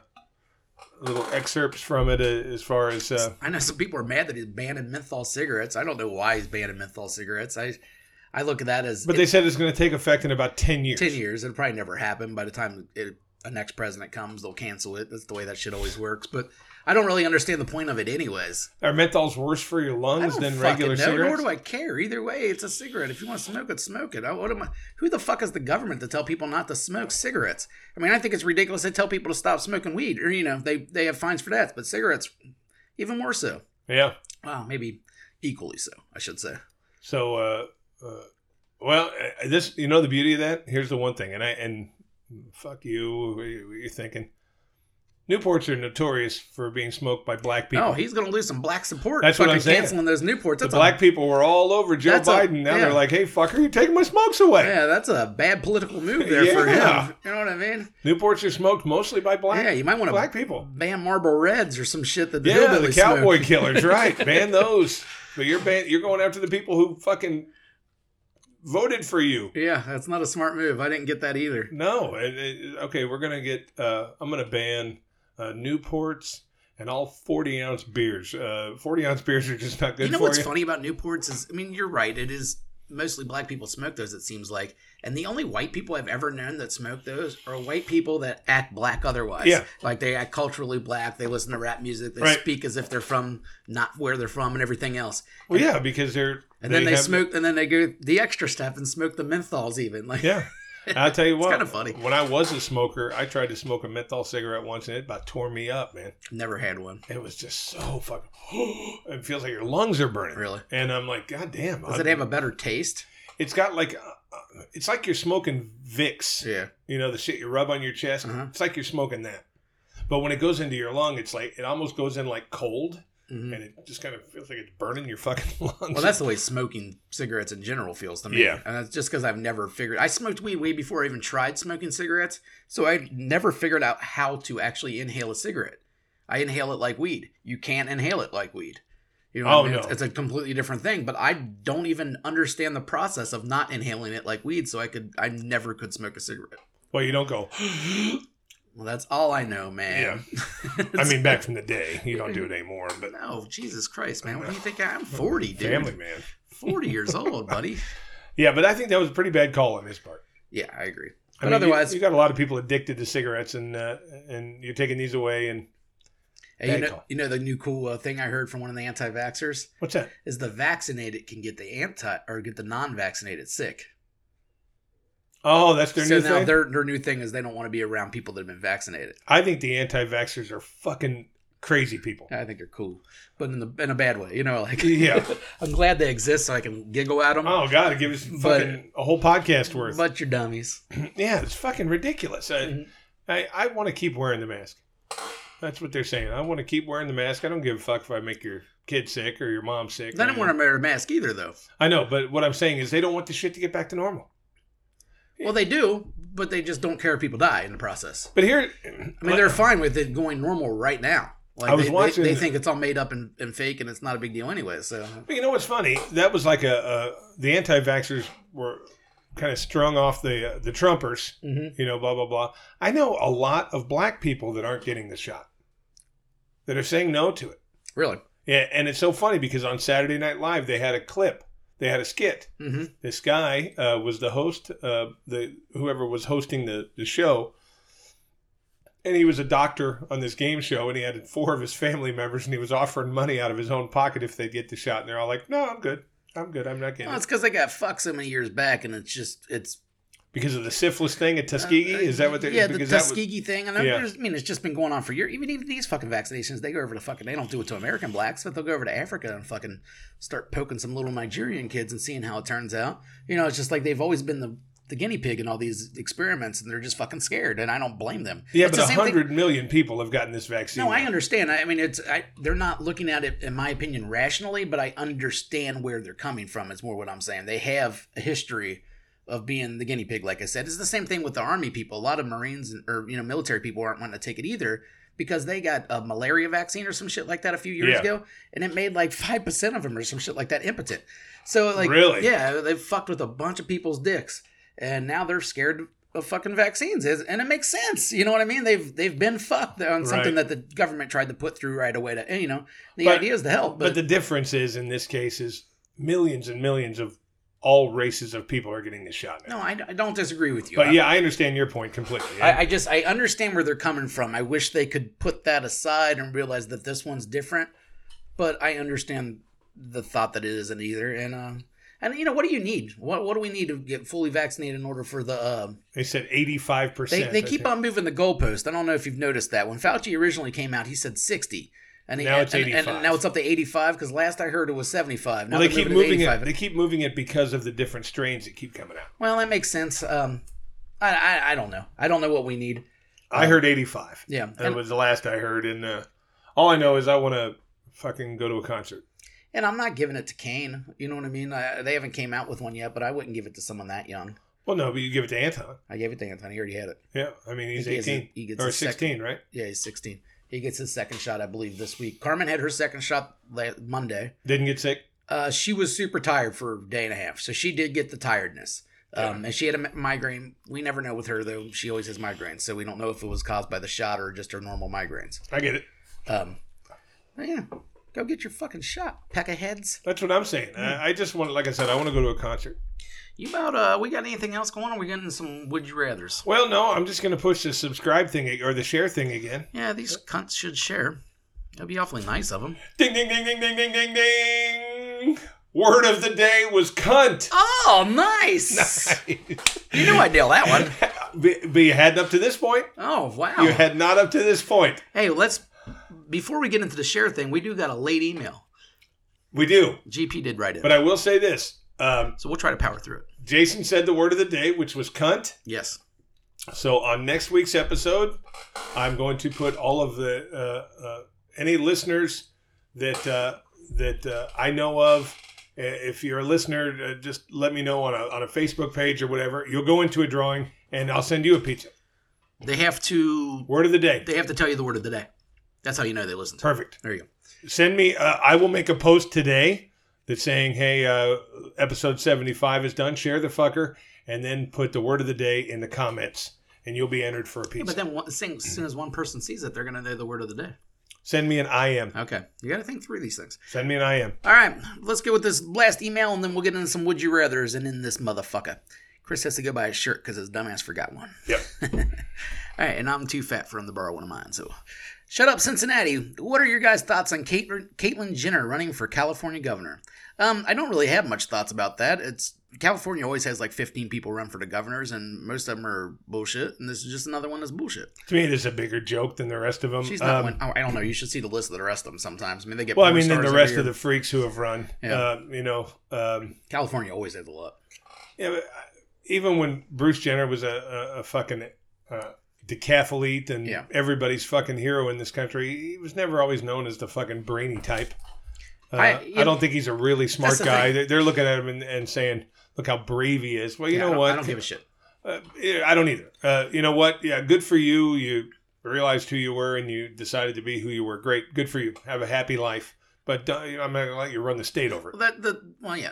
little excerpts from it. Uh, as far as uh,
I know some people are mad that he's banning menthol cigarettes. I don't know why he's banning menthol cigarettes. I I look at that as
but they said it's going to take effect in about ten years.
ten years. It'll probably never happen. By the time it, a next president comes, they'll cancel it. That's the way that shit always works. But I don't really understand the point of it, anyways.
Are menthol's worse for your
I
lungs
don't
than
fucking
regular
know,
cigarettes?
nor do I care. Either way, it's a cigarette. If you want to smoke it, smoke it. I, what am I, who the fuck is the government to tell people not to smoke cigarettes? I mean, I think it's ridiculous they tell people to stop smoking weed, or you know, they they have fines for that. But cigarettes, even more so.
Yeah.
Well, maybe equally so. I should say.
So, uh, uh, well, uh, this you know the beauty of that. Here's the one thing, and I and fuck you, what you- what you're thinking. Newports are notorious for being smoked by black people.
Oh, he's gonna lose some black support.
That's what
fucking
I'm saying.
Canceling those Newports.
the
That's
black
a,
people were all over Joe
That's a-
Biden. now
yeah.
they're like, "Hey, fucker, you're taking my smokes away."
yeah, that's a bad political move there for
Yeah.
him. You know what I mean?
Newports are smoked mostly by black
yeah, you might want to
black people.
ban Marlboro Reds or some shit that the
Yeah, the
hillbillies
cowboy
smoke.
killers, right? Ban those. But you're ban- you're going after the people who fucking voted for you.
Yeah, that's not a smart move. I didn't get that either.
No. it- it- okay, we're gonna get. Uh, I'm gonna ban uh, Newports and all 40 ounce beers. Uh, 40 ounce beers are just not good
you know
for
what's
you.
funny about Newports is, I mean, you're right. It is mostly black people smoke those. It seems like, and the only white people I've ever known that smoke those are white people that act black otherwise.
Yeah.
like they act culturally black. They listen to rap music. They
Right.
speak as if they're from not where they're from and everything else.
Well, yeah, because they're
And then they
have-
smoke, and then they go the extra step and smoke the menthols even. Like,
Yeah. And I'll tell you what.
kinda funny.
When I was a smoker, I tried to smoke a menthol cigarette once, and it about tore me up, man.
I've never had one.
It was just so fucking. it feels like your lungs are burning.
Really?
And I'm like, God damn.
Does
I-
it have a better taste?
it's got like, uh, uh, it's like you're smoking Vicks.
Yeah.
You know the shit you rub on your chest.
Uh-huh.
It's like you're smoking that. But when it goes into your lung, it's like it almost goes in like cold,
Mhm.
and it just kind of feels like it's burning your fucking lungs.
Well, that's the way smoking cigarettes in general feels to me.
Yeah.
And that's just because I've never figured. I smoked weed way before I even tried smoking cigarettes. So I never figured out how to actually inhale a cigarette. I inhale it like weed. You can't inhale it like weed. You know what
Oh,
I mean?
no.
It's, it's a completely different thing, but I don't even understand the process of not inhaling it like weed. So I could, I never could smoke a cigarette.
well, you don't go.
Well, that's all I know, man. Yeah.
I mean, back from the day, you don't do it anymore. But
no, Jesus Christ, man. What do you think? I- I'm 40, dude.
family man,
40 years old, buddy.
yeah. But I think that was a pretty bad call on his part.
Yeah, I agree.
I
But
mean, you-
otherwise-
you, got a lot of people addicted to cigarettes, and uh, and you're taking these away. And
Hey, you,
Bad
know,
call.
you know the new cool uh, thing I heard from one of the anti-vaxxers
what's that?
is the vaccinated can get the anti or get the non-vaccinated sick.
Oh, that's their
so
new
now
thing.
their their new thing is they don't want to be around people that have been vaccinated.
I think the anti-vaxxers are fucking crazy people.
I think they're cool, but in the in a bad way. You know, like
Yeah.
I'm glad they exist so I can giggle at them.
Oh God, give us
But-
fucking a whole podcast worth.
but you're dummies.
yeah, it's fucking ridiculous. I
Mhm.
I, I want to keep wearing the mask. That's what they're saying. I want to keep wearing the mask. I don't give a fuck if I make your kid sick or your mom sick.
They don't
or-
want to wear a mask either, though.
I know, but what I'm saying is they don't want the shit to get back to normal.
Well, they do, but they just don't care if people die in the process.
But here,
I mean, they're fine with it going normal right now. Like
I was
they, they-
watching-
they think it's all made up and, and fake, and it's not a big deal anyway. So
But you know what's funny? That was like a, a the anti-vaxxers were kind of strung off the uh, the Trumpers.
Mhm.
You know, blah blah blah. I know a lot of black people that aren't getting the shot that are saying no to it.
really,
Yeah, and it's so funny because on Saturday Night Live they had a clip, they had a skit.
hmm
This guy uh, was the host, uh, the whoever was hosting the the show, and he was a doctor on this game show, and he had four of his family members, and he was offering money out of his own pocket if they'd get the shot, and they're all like, "No, I'm good. I'm good. I'm not getting
Well,
it
it's because they got fucked so many years back, and it's just it's
because of the syphilis thing at Tuskegee."
Uh,
Is that what they're?
Yeah, the
because that was-
Tuskegee thing, and
Yeah.
there's- I mean, it's just been going on for years. Even even these fucking vaccinations, they go over to fucking. They don't do it to American blacks, but they'll go over to Africa and fucking start poking some little Nigerian kids and seeing how it turns out. You know, it's just like they've always been the the guinea pig in all these experiments, and they're just fucking scared. And I don't blame them.
yeah,
It's
but
the same thing-
hundred million people have gotten this vaccine.
No, I understand. I I mean, it's I, they're not looking at it, in my opinion, rationally, but I understand where they're coming from. Is more what I'm saying. They have a history of being the guinea pig. Like I said, it's the same thing with the army people. A lot of Marines and or you know military people aren't wanting to take it either because they got a malaria vaccine or some shit like that a few years
Yeah.
ago, and it made like five percent of them or some shit like that impotent. So like,
Really?
yeah, they fucked with a bunch of people's dicks, and now they're scared of fucking vaccines is and it makes sense you know what i mean they've they've been fucked on something
Right.
that the government tried to put through right away to and, you know the
But-
idea is to help
but
but,
the difference is in this case is millions and millions of all races of people are getting this shot now.
no I, I don't disagree with you
but
I,
yeah, I understand your point completely.
I, I just i understand where they're coming from i wish they could put that aside and realize that this one's different but i understand the thought that it isn't either and uh and you know what do you need what what do we need to get fully vaccinated in order for the uh,
they said eighty-five
They,
percent.
they keep on moving the goalpost. I don't know if you've noticed that. When Fauci originally came out, he said 60. And he,
Now it's
and, and-
85.
And now it's up to 85 because last I heard it was 75. Now
Well, they
they're
keep
moving
moving
to
it.
85.
They keep moving it because of the different strains that keep coming out.
well, that makes sense. Um, I, I, I don't know. I don't know what we need.
I heard eighty-five.
Yeah.
That
And,
was the last I heard. And uh, all I know is I want to fucking go to a concert.
and I'm not giving it to Kane. You know what I mean? I, they haven't came out with one yet, but I wouldn't give it to someone that young.
Well, no, but you give it to Anton.
I gave it to Anthony. He already had it.
Yeah, I mean he's
He gets
eighteen
his- he gets
or
his second-
sixteen, right?
Yeah, he's 16. He gets his second shot, I believe, this week. Carmen had her second shot la- Monday.
Didn't get sick.
Uh, she was super tired for a day and a half, so she did get the tiredness. Um, and she had a mi- migraine. We never know with her though; she always has migraines, so we don't know if it was caused by the shot or just her normal migraines.
I get it.
Um, but yeah, go get your fucking shot, peck of heads.
That's what I'm saying. I, I just want, like I said, I want to go to a concert.
You about uh, we got anything else going? on? we getting some would you rather's?
Well, no, I'm just gonna push the subscribe thing ag- or the share thing again.
Yeah, these cunts should share. That'd be awfully nice of them.
Ding, ding, ding, ding, ding, ding, ding, ding. Word of the day was cunt.
Oh, nice! You knew I'd nail that one.
but but you hadn't up to this point.
Oh wow!
You had not up to this point.
hey, let's before we get into the share thing, we do got a late email.
We do.
GP did write it.
But I will say this. Um,
So we'll try to power through it.
Jason said the word of the day, which was cunt.
Yes.
So on next week's episode, I'm going to put all of the uh, uh, any listeners that uh, that uh, I know of. i- If you're a listener, uh, just let me know on a on a Facebook page or whatever. You'll go into a drawing, and I'll send you a pizza.
They have to
Word of the day.
they have to tell you the word of the day. That's how you know they listen to. it.
Perfect.
There you go.
Send me. Uh, I will make a post today that's saying, "Hey, uh, episode 75 is done. Share the fucker, and then put the word of the day in the comments, and you'll be entered for a
Yeah,
pizza."
but then one, as soon- as soon as one person sees it, they're going to know the word of the day.
Send me an IM.
Okay. You got to think through these things.
Send me an IM.
All right. Let's go with this last email and then we'll get into some would you rathers and in this motherfucker. Chris has to go buy a shirt because his dumbass forgot one.
Yep.
All right, and I'm too fat for him to borrow one of mine. So, shut up, Cincinnati. What are your guys' thoughts on Kate, Caitlyn Jenner running for California governor? Um, I don't really have much thoughts about that. It's California always has like 15 people run for the governors, and most of them are bullshit. And this is just another one that's bullshit.
To me, it is a bigger joke than the rest of them.
She's not.
Um,
one, oh, I don't know. You should see the list of the rest of them sometimes. I mean, they get.
well, I
porn
mean, then
stars
the
every
rest
year.
of the freaks who have run.
Yeah.
Uh, you know, um,
California always has a lot.
yeah, but, uh, even when Bruce Jenner was a, a, a fucking uh, decathlete and
Yeah.
everybody's fucking hero in this country, he was never always known as the fucking brainy type. Uh,
I-
I,
yeah,
don't think he's a really smart
the
guy.
thing.
They're, they're looking at him and, and saying, "Look how brave he is." Well, you
Yeah, I
know
don't-
what?
I don't give a shit.
Uh, yeah, I don't either. Uh, you know what? Yeah, good for you. You realized who you were and you decided to be who you were. Great. Good for you. Have a happy life. But don't, I'm not going to let you run the state over.
Well,
it.
that the well, yeah.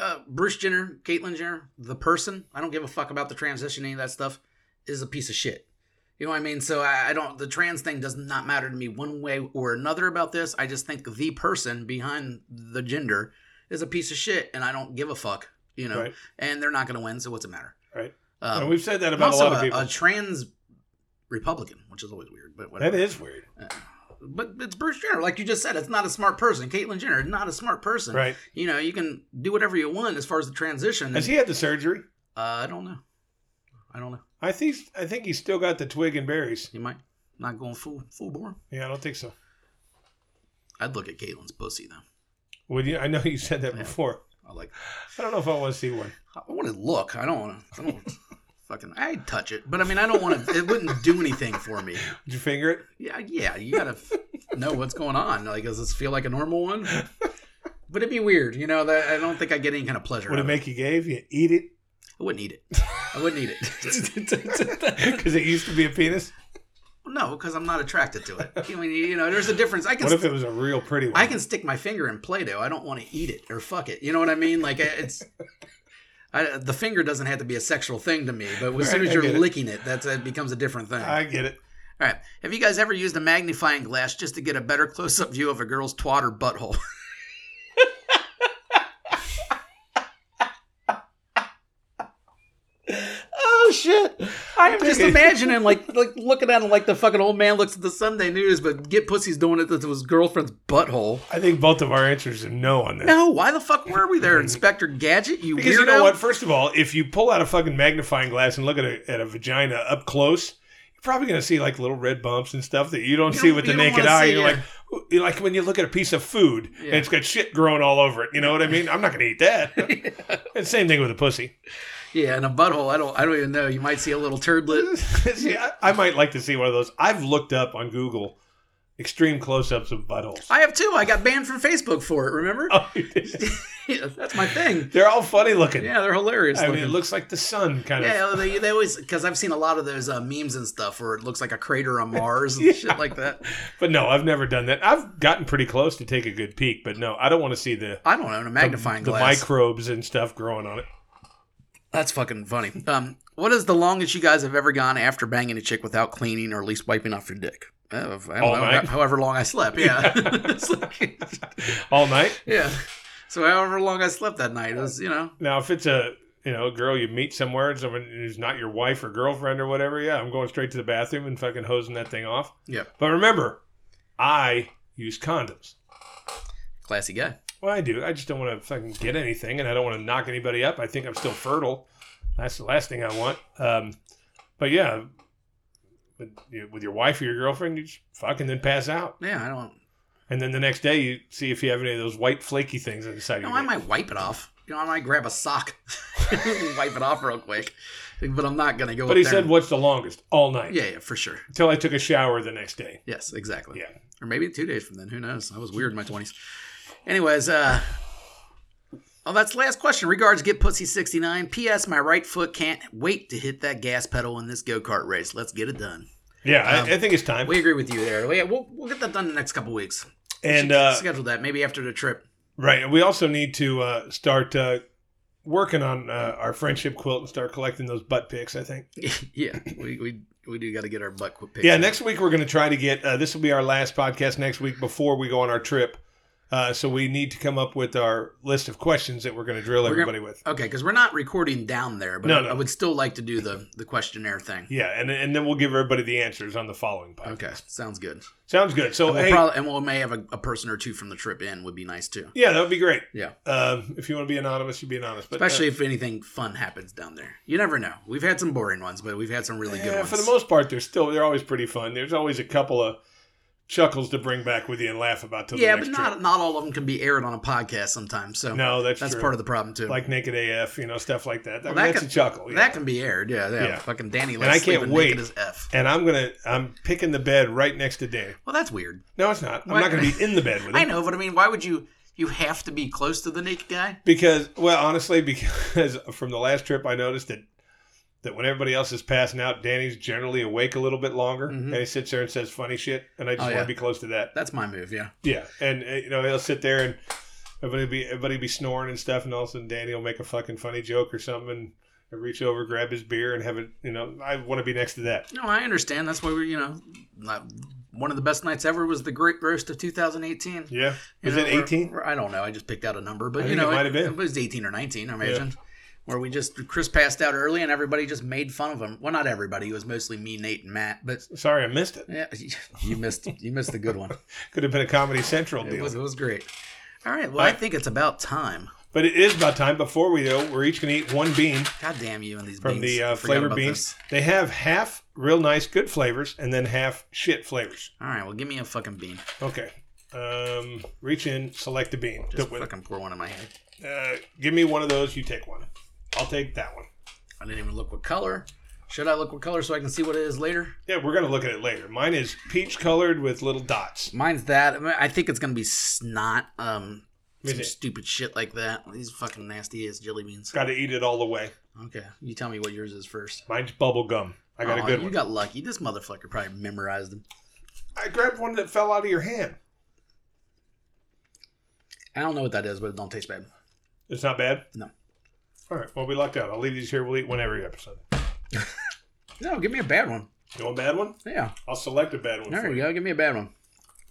Uh, Bruce Jenner, Caitlyn Jenner, the person. I don't give a fuck about the transition, any of that stuff, is a piece of shit. You know what I mean? So I, I don't. The trans thing does not matter to me one way or another about this. I just think the person behind the gender is a piece of shit, and I don't give a fuck. You know,
Right.
and they're not going to win, so what's it matter?
Right.
Um,
and we've said that
I'm
about a
also
lot of people.
a trans Republican, which is always weird, but whatever.
That is weird,
But it's Bruce Jenner, like you just said, it's not a smart person. Caitlyn Jenner, is not a smart person.
right?
You know, you can do whatever you want as far as the transition.
Has he had the surgery?
Uh, I don't know. I don't know.
I think I think he's still got the twig and berries.
You might not going full full bore.
Yeah, I don't think so.
I'd look at Caitlyn's pussy though.
Would you? I know you said that
Yeah.
before.
I like.
I don't know if I want to see one.
I want to look. I don't want to. I don't fucking. I'd touch it, but I mean, I don't want to. It wouldn't do anything for me.
Did you finger it?
Yeah, yeah. You gotta f- know what's going on. Like, does this feel like a normal one? But it'd be weird, you know. That I don't think I would get any kind of pleasure.
Would
out of
it make you gave? You eat it
I wouldn't eat it. I wouldn't eat it.
because it used to be a penis.
no, because I'm not attracted to it. I mean, you know, there's a difference. I can
What if it was a real pretty one?
I can stick my finger in Play-Doh. I don't want to eat it or fuck it. You know what I mean? Like it's. I, the finger doesn't have to be a sexual thing to me, but as soon
Right,
as
I
you're
get it.
licking it, that's it becomes a different thing.
I get it.
All right, have you guys ever used a magnifying glass just to get a better close-up view of a girl's twat or butthole? oh shit! I'm just
Okay.
imagining like like looking at him like the fucking old man looks at the Sunday news, but get pussy's doing it to his girlfriend's butthole.
I think both of our answers are no on this.
No, why the fuck were we there, Inspector Gadget? You
Because
weirdo.
you know what? First of all, if you pull out a fucking magnifying glass and look at a, at a vagina up close, you're probably going to see like little red bumps and stuff that you don't
You
see
don't-
with the
you don't
naked
wanna
eye.
see,
You're
yeah.
like, you're like when you look at a piece of food and
Yeah.
it's got shit growing all over it. You know what I mean? I'm not going to eat that. And same thing with a pussy.
Yeah, in a butthole. I don't. I don't even know. You might see a little turdlet.
see, I, I might like to see one of those. I've looked up on Google extreme close-ups of buttholes.
I have two. I got banned from Facebook for it. Remember?
Oh, you did?
Yeah, that's my thing.
They're all funny looking.
Yeah, they're hilarious.
I mean,
looking.
it looks like the sun kind of.
yeah, they, they always because I've seen a lot of those uh, memes and stuff where it looks like a crater on Mars and shit like that.
But no, I've never done that. I've gotten pretty close to take a good peek, but no, I don't want to see the
I don't own a magnifying
the
glass.
microbes and stuff growing on it.
That's fucking funny. Um, what is the longest you guys have ever gone after banging a chick without cleaning or at least wiping off your dick? Uh, I don't
All
know.
night.
However long I slept. Yeah. It's like-
All night.
Yeah. So however long I slept that night, it was you know.
Now, if it's a you know a girl you meet somewhere and someone who's not your wife or girlfriend or whatever, yeah, I'm going straight to the bathroom and fucking hosing that thing off.
Yeah.
But remember, I use condoms.
Classy guy.
Well, I do. I just don't want to fucking get anything, and I don't want to knock anybody up. I think I'm still fertile. That's the last thing I want. Um, but yeah, with, with your wife or your girlfriend, you just fucking then pass out.
Yeah, I don't.
And then the next day, you see if you have any of those white flaky things on the side of
No,
your
I
dick.
might wipe it off. You know, I might grab a sock, and wipe it off real quick. But I'm not gonna go.
But
up
he
there
said,
and-
"What's the longest? All night
Yeah, yeah, for sure.
until I took a shower the next day."
Yes, exactly.
Yeah.
Or maybe two days from then. Who knows? I was weird in my twenties. Anyways, uh. Oh, that's the last question. Regards, get pussy sixty nine. P.S. My right foot can't wait to hit that gas pedal in this go kart race. Let's get it done.
Yeah,
Um,
I, I think it's time.
We agree with you there. We- We'll, we'll get that done in the next couple weeks.
and
Should
uh,
schedule that maybe after the trip.
right, we also need to uh, start uh, working on uh, our friendship quilt and start collecting those butt pics. I think.
yeah, we, we we do got to get our butt quick
Yeah, next week we're going to try to get. Uh, this will be our last podcast next week before we go on our trip. Uh, so we need to come up with our list of questions that we're going to drill
gonna-
everybody with.
Okay, because we're not recording down there, but
No,
I,
no.
I would still like to do the the questionnaire thing.
Yeah, and and then we'll give everybody the answers on the following podcast.
Okay, sounds good.
Sounds good. So
And we'll
hey,
probably, and we may have a, a person or two from the trip in would be nice too.
yeah, that would be great.
Yeah.
Um, if you want to be anonymous, you be anonymous. But uh,
Especially if anything fun happens down there. You never know. We've had some boring ones, but we've had some really good
yeah,
ones.
for the most part, they're still they're always pretty fun. There's always a couple of chuckles to bring back with you and laugh about till
yeah,
the
but
next
not
trip.
not all of them can be aired on a podcast sometimes. So
No, that's,
that's
true.
part of the problem too.
like naked AF, you know, stuff like that. I
Well,
mean,
that
that's
could-
a chuckle. yeah.
that can be aired. Yeah, yeah.
Yeah.
Fucking Danny
I
likes
can't
sleeping
wait.
naked as f.
and I'm gonna I'm picking the bed right next to Danny.
Well, that's weird.
No, it's not. I'm
Why-
not gonna be in the bed with
I
him
know, but I mean, why would you? You have to be close to the naked guy.
because well, honestly, because from the last trip, I noticed that. That when everybody else is passing out, Danny's generally awake a little bit longer,
Mhm.
and he sits there and says funny shit, and I just
Oh,
want to
yeah.
be close to that.
That's my move. Yeah.
Yeah, and uh, you know he'll sit there and everybody be everybody be snoring and stuff, and all of a sudden Danny will make a fucking funny joke or something, and he'll reach over, grab his beer, and have it. You know, I want to be next to that.
No, I understand. That's why we're, you know, not- one of the best nights ever was the Great Roast of 2018. You
Yeah, is
know,
it
we're-
eighteen?
we're- I don't know. I just picked out a number, but
I
you
think
know,
it might have been.
was 18 or 19, I imagine. where we just Chris passed out early and everybody just made fun of him. Well, not everybody. It was mostly me, Nate, and Matt. But
Sorry, I missed it.
yeah, you missed you missed a good one.
Could have been a Comedy Central
It
deal.
was it was great. All right. Well, I
Bye.
think it's about time.
But it is about time. Before we go, we're each going to eat one bean
God damn you and these
from
beans.
the uh,
I forgot
flavored
about
beans.
this.
They have half real nice, good flavors, and then half shit flavors.
All right. Well, give me a fucking bean.
Okay. Um, reach in, select a bean.
Just
Don't-
fucking pour one in my hand.
uh, give me one of those. You take one. I'll take that one.
I didn't even look what color. Should I look what color so I can see what it is later?
Yeah, we're gonna look at it later. Mine is peach colored with little dots.
Mine's that. I, mean, I think it's gonna be snot. Um,
Is
some
it?
stupid shit like that. These fucking nasty ass jelly beans.
Got to eat it all the way.
Okay, you tell me what yours is first.
Mine's bubble gum. I got
Aw,
a good
You
one.
got lucky. This motherfucker probably memorized them.
I grabbed one that fell out of your hand.
I don't know what that is, but it don't taste bad.
It's not bad.
No.
All right. Well, we lucked out. I'll leave these here. We'll eat one every episode.
No, give me a bad one.
You want a bad one?
Yeah,
I'll select a bad one.
there
for
you
you.
go. Give me a bad one.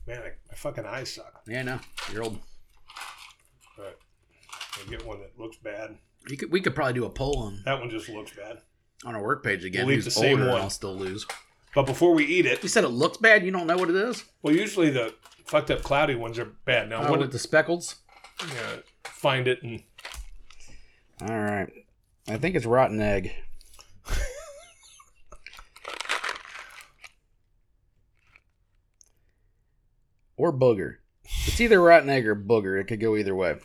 Man, I, my fucking eyes suck.
Yeah, no, you're old.
All right. I'll get one that looks bad.
You could, we could probably do a poll on
That one just looks bad.
on our work page again.
We'll leave
who's
the same
older?
one.
And I'll still lose.
But before we eat it,
You said it looks bad. You don't know what it is.
well, usually the fucked up cloudy ones are bad. Now,
Oh,
what
with the speckles.
yeah, find it and
All right. I think it's rotten egg. or booger. It's either rotten egg or booger. It could go either way.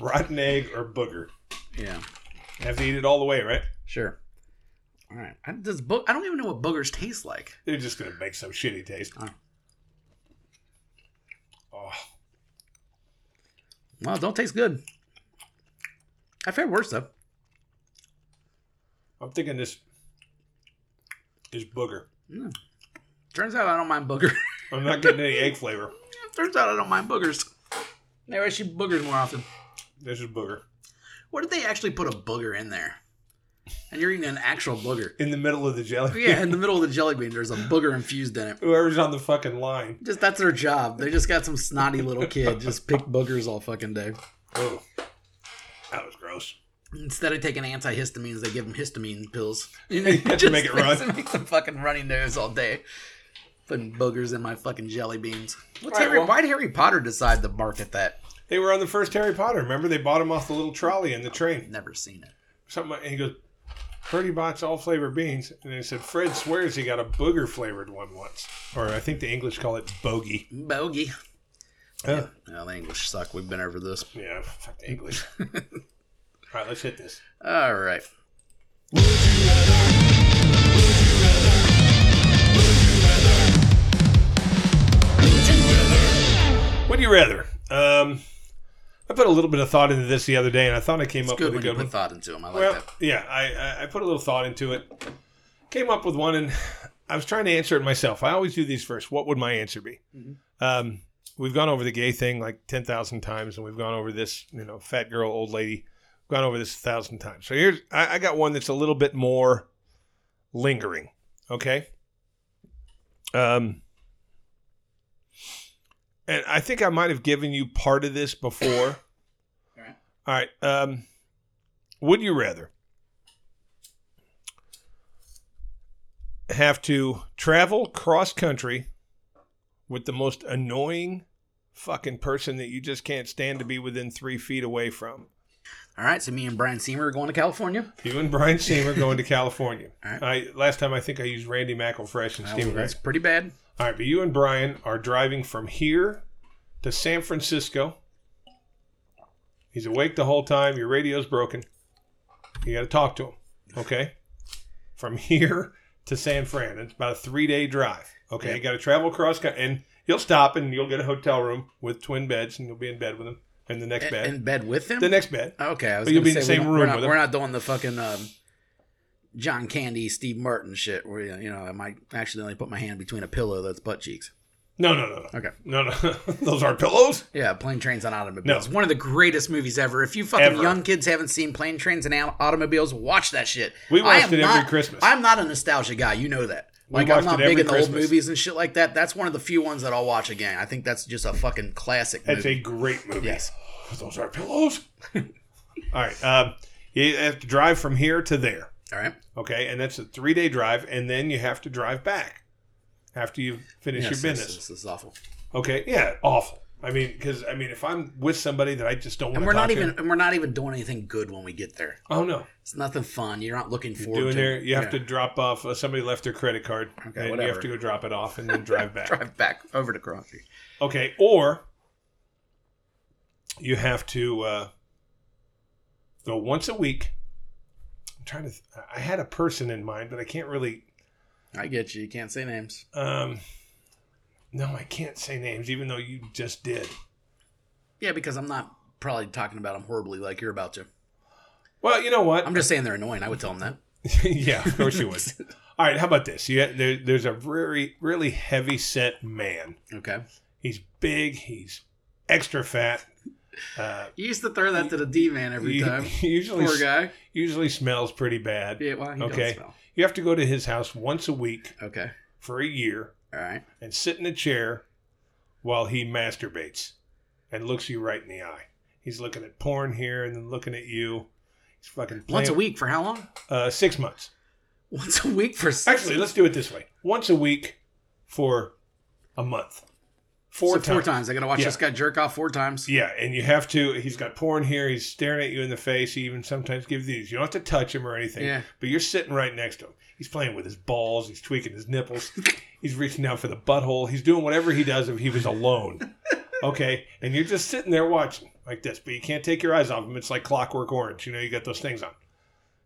rotten egg or booger.
Yeah,
You have to eat it all the way, right?
sure. All right. I, does boog- I don't even know what boogers taste like.
They're just gonna make some shitty taste.
Oh.
Oh,
Well, it don't taste good. I fared worse though.
I'm thinking this is booger.
Turns out I don't mind booger.
I'm not getting any egg flavor.
Turns out I don't mind boogers. Maybe I should eat boogers more often.
This is booger
What did they actually put a booger in there? And you're eating an actual booger.
in the middle of the jelly.
Yeah, in the middle of the jelly bean, there's a booger infused in it.
Whoever's on the fucking line.
Just that's their job. They just got some snotty little kid just pick boogers all fucking day.
Oh, that was gross.
Instead of taking antihistamines, they give them histamine pills. You
have to make it run.
Make them fucking runny nose all day. Putting boogers in my fucking jelly beans. What's
All right,
Harry,
well-
why'd Harry Potter decide to market that?
They were on the first Harry Potter. Remember, they bought him off the little trolley in the train.
Never seen it.
Something. Like, and he goes, "Purdy bots all flavor beans," and they said Fred swears he got a booger flavored one once, or I think the English call it bogey.
Bogey.
Yeah.
Well, the English suck. We've been over this.
Yeah, fuck the English. All right, let's hit this.
All right.
Would you rather? Um, I put a little bit of thought into this the other day, and I thought I came
It's
up with
good when
a
you
good
put
one.
thought into them. I like
well,
that.
yeah, I, I I put a little thought into it. Came up with one, and I was trying to answer it myself. I always do these first. What would my answer be?
Mhm.
Um, we've gone over the gay thing like ten thousand times, and we've gone over this, you know, fat girl, old lady. We've gone over this a thousand times. So here's I, I got one that's a little bit more lingering. Okay. Um. And I think I might have given you part of this before.
All right.
All right. Um, would you rather have to travel cross country with the most annoying fucking person that you just can't stand to be within three feet away from?
All right. So me and Brian Seamer are going to California.
You and Brian Seamer going to California.
All right.
I, last time I think I used Randy McElfresh and
Well,
Steve Gray.
that's pretty bad.
All right, but you and Brian are driving from here to San Francisco. He's awake the whole time. Your radio's broken. You got to talk to him. Okay. From here to San Fran, it's about a three-day drive. Okay,
Yeah.
you got to travel across, co- and you'll stop and you'll get a hotel room with twin beds, and you'll be in bed with him, and the next
In-
bed,
In bed with him?
the next bed.
Okay, I was
But you'll
gonna
be in the
say,
same
we don't-
room
We're not,
with him.
we're not doing the fucking um, John Candy, Steve Martin shit. Where you know I might accidentally put my hand between a pillow that's butt cheeks.
No, no, no, no.
Okay.
no, no. Those aren't pillows.
Yeah, Plane Trains and Automobiles.
No.
It's one of the greatest movies ever. If you fucking
Ever.
young kids haven't seen Plane Trains and Au- Automobiles, watch that shit.
We
I
watched
am
it every
not-
Christmas.
I'm not a nostalgia guy. You know that.
We
Like
watched
I'm not
it every
big into old
Christmas.
movies and shit like that. That's one of the few ones that I'll watch again. I think that's just a fucking classic
That's
movie.
a great movie.
Yes.
Those are pillows. All right. Um, You have to drive from here to there.
All right.
Okay, and that's a three day drive, and then you have to drive back after you finish
Yes,
your
this-
business.
This, this is awful.
Okay, yeah, awful. I mean, because I mean, if I'm with somebody that I just don't want
And we're not
to,
even and we're not even doing anything good when we get there.
Oh no,
It's nothing fun. You're not looking
you're
forward
doing
to
there. You have
yeah.
to drop off. Uh, somebody left their credit card,
Okay,
and you
whatever.
have to go drop it off and then drive back.
drive back over to Crosby.
Okay, or you have to uh, go once a week. I'm trying to. Th- I had a person in mind, but I can't really.
I get you. You can't say names.
Um, no, I can't say names, even though you just did.
Yeah, because I'm not probably talking about them horribly like you're about to.
Well, you know what?
I'm just saying they're annoying. I would tell them that.
yeah, of course you would. All right, how about this? You got, there, there's a very, really heavy set man.
Okay.
He's big. He's extra fat. Uh,
You used to throw that to the D man every
he,
time.
he usually
Poor guy.
usually smells pretty bad.
Yeah, well, he
Okay.
does smell.
You have to go to his house once a week
Okay.
for a year
All right.
and sit in a chair while he masturbates and looks you right in the eye. He's looking at porn here and then looking at you. He's fucking playing,
Once a week for how long?
Uh, six months.
Once a week for s-
Actually, let's do it this way: once a week for a month, four,
so
times.
four times. I gotta watch
Yeah.
this guy jerk off four times.
Yeah, and you have to. He's got porn here. He's staring at you in the face. He even sometimes gives these. You don't have to touch him or anything.
Yeah.
But you're sitting right next to him. He's playing with his balls. He's tweaking his nipples. he's reaching out for the butthole. He's doing whatever he does if he was alone. okay, and you're just sitting there watching like this, but you can't take your eyes off him. It's like Clockwork Orange. You know, you got those things on.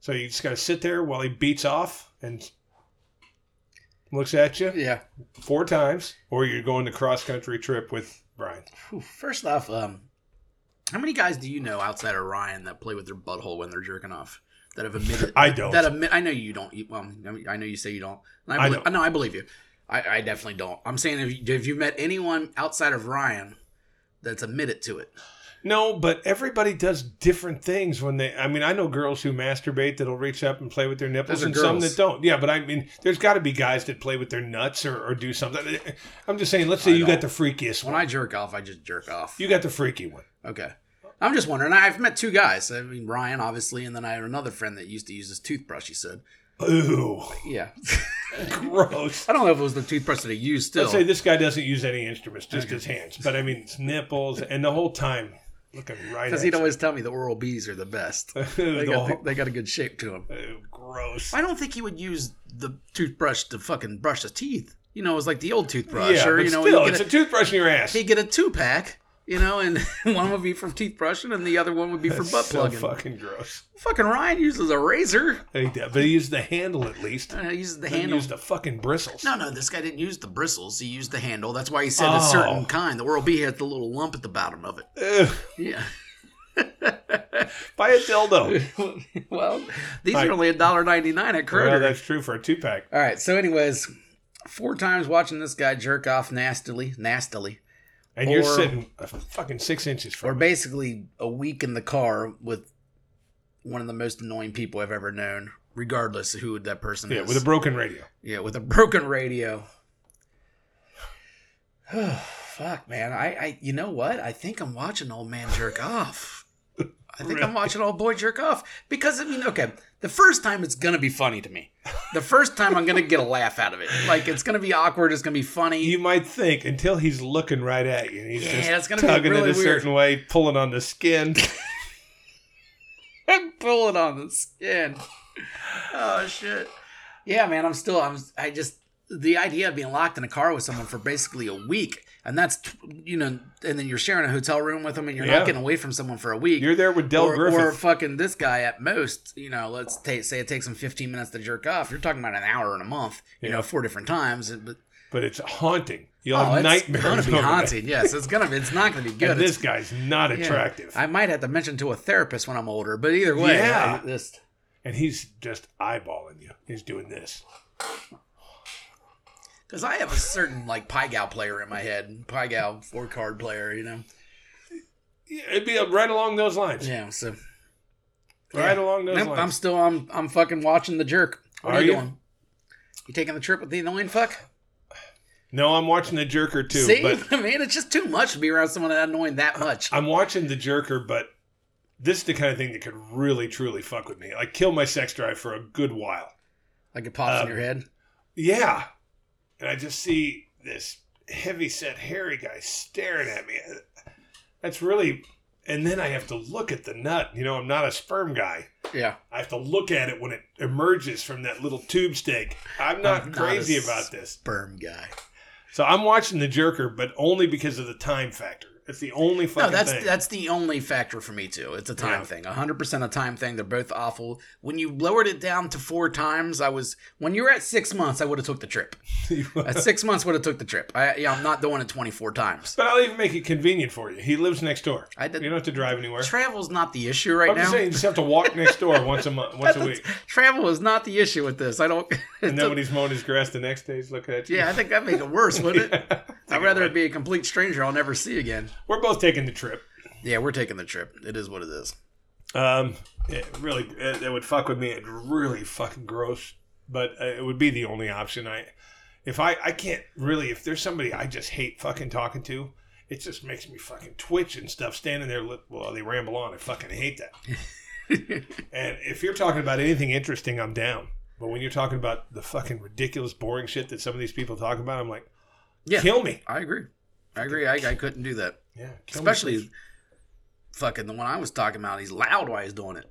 So you just got to sit there while he beats off and looks at you
Yeah.
four times, or you're going to cross country trip with Brian.
Whew. First off, um, how many guys do you know outside of Ryan that play with their butthole when they're jerking off? That have admitted
I don't.
that admit I know you don't. You, well, I mean, I know you say you don't. And I,
I
believe,
don't.
No, I believe you. I, I definitely don't. I'm saying if you, if you met anyone outside of Ryan that's admitted to it,
No, but everybody does different things when they. I mean, I know girls who masturbate that'll reach up and play with their nipples,
Those are
and some
girls.
that don't. Yeah, but I mean, there's got to be guys that play with their nuts or, or do something. I'm just saying. Let's say
I
you got the
don't.
freakiest
when
one.
I jerk off, I just jerk off.
you got the freaky one.
okay. I'm just wondering. I've met two guys. I mean, Ryan, obviously, and then I had another friend that used to use his toothbrush. He said,
Ooh,
"Yeah,
gross.
I don't know if it was the toothbrush that he used. Still,
Let's say this guy doesn't use any instruments, just his hands. But I mean, it's nipples, and the whole time looking right
because
at
he'd
you.
always tell me the oral B's are the best.
The
They got,
whole-
they got a good shape to them.
Ew, gross.
I don't think he would use the toothbrush to fucking brush his teeth. You know, it was like the old toothbrush,
yeah,
or
but
you know,
still,
he'd
it's
get
a,
a,
toothbrush in your ass.
he'd get a two pack. You know, and one would be for toothbrushing, and the other one would be for
That's
butt
so
plugging.
fucking gross.
Fucking Ryan uses a razor.
He did, but he used the handle at least.
Uh, he uses the
He
handle.
used the fucking bristles.
no, no, this guy didn't use the bristles. He used the handle. That's why he said a
Oh.
certain kind. The Oral B has the little lump at the bottom of it.
Ugh,
Yeah.
buy a dildo.
well, these
I-
are only a dollar ninety nine at Kroger.
well, that's true for a two pack.
All right. So, anyways, four times watching this guy jerk off nastily, nastily,
And you're
Or-
sitting a fucking six inches
or
from it.
basically a week in the car with one of the most annoying people I've ever known, regardless of who that person
Yeah,
is.
with a broken radio.
yeah, with a broken radio. Fuck, man. I, I, you know what? I think I'm watching old man jerk off. I think I'm
Really?
watching old boy jerk off because I mean, okay, the first time it's gonna be funny to me. The first time I'm gonna get a laugh out of it. Like it's gonna be awkward. It's gonna be funny.
You might think until he's looking right at you, and he's
Yeah,
just
it's gonna be
tugging
really
it a certain way, pulling on the skin.
I'm pulling on the skin. Oh shit. Yeah, man, I'm still I'm I just the idea of being locked in a car with someone for basically a week and that's t- you know and then you're sharing a hotel room with them and you're
Yeah.
not getting away from someone for a week.
You're there with Del
or, or
Griffith.
fucking this guy at most, you know, let's ta- say it takes him 15 minutes to jerk off. You're talking about an hour and a month, you
Yeah.
know, four different times. and- But,
but it's haunting. You'll
oh,
have
it's
nightmares.
going to be
over that.
haunting. Yes, it's going to be, it's not going to be good.
And
It's-
this guy's not
yeah.
attractive.
I might have to mention to a therapist when I'm older, but either way,
Yeah.
I- this-
and he's just eyeballing you. He's doing this.
Because I have a certain like Pie Gal player in my head, Pie Gal four card player, you know.
Yeah, It'd be right along those lines.
Yeah, so
Right
Yeah.
along those
nope,
lines.
I'm still I'm I'm fucking watching the jerk. What are,
Are
you
you?
doing? You taking the trip with the annoying fuck?
no, I'm watching The Jerker too.
See,
But Uh,
I mean, it's just too much to be around someone that annoying that much.
I'm watching The Jerker, but this is the kind of thing that could really truly fuck with me. Like kill my sex drive for a good while.
Like it pops
Um,
in your head.
Yeah. And I just see this heavy set hairy guy staring at me. That's really and then I have to look at the nut. You know, I'm not a sperm guy.
Yeah.
I have to look at it when it emerges from that little tube steak. I'm
I'm
not
not
crazy
a
about this.
Sperm guy.
So I'm watching the jerker, but only because of the time factor. It's the only fucking
No, that's
thing.
that's the only factor for me too. It's a time
Yeah.
thing, hundred percent a time thing. They're both awful. When you lowered it down to four times, I was when you were at six months, I would have took the trip. At six months, would have took the trip. I, yeah, I'm not doing it twenty four times.
but I'll even make it convenient for you. He lives next door.
I did.
You don't have to drive anywhere.
Travel's not the issue right
I'm
now.
just saying, you just have to walk next door once a month, once a week,
Travel is not the issue with this. I don't.
and then when he's mowing his grass the next day, he's looking at you.
yeah, I think that'd make it worse, wouldn't it? I'd rather
Right.
it be a complete stranger I'll never see again.
We're both taking the trip.
Yeah, we're taking the trip. It is what it is.
Um, it really, it, it would fuck with me. It really fucking gross, but uh, it would be the only option. I, if I, I can't really. If there's somebody I just hate fucking talking to, it just makes me fucking twitch and stuff. Standing there, li- well, they ramble on. I fucking hate that. and if you're talking about anything interesting, I'm down. But when you're talking about the fucking ridiculous, boring shit that some of these people talk about, I'm like,
Yeah.
kill me.
I agree. I agree. I, I couldn't do that.
Yeah, kill me, please.
Especially fucking the one I was talking about. He's loud while he's doing it.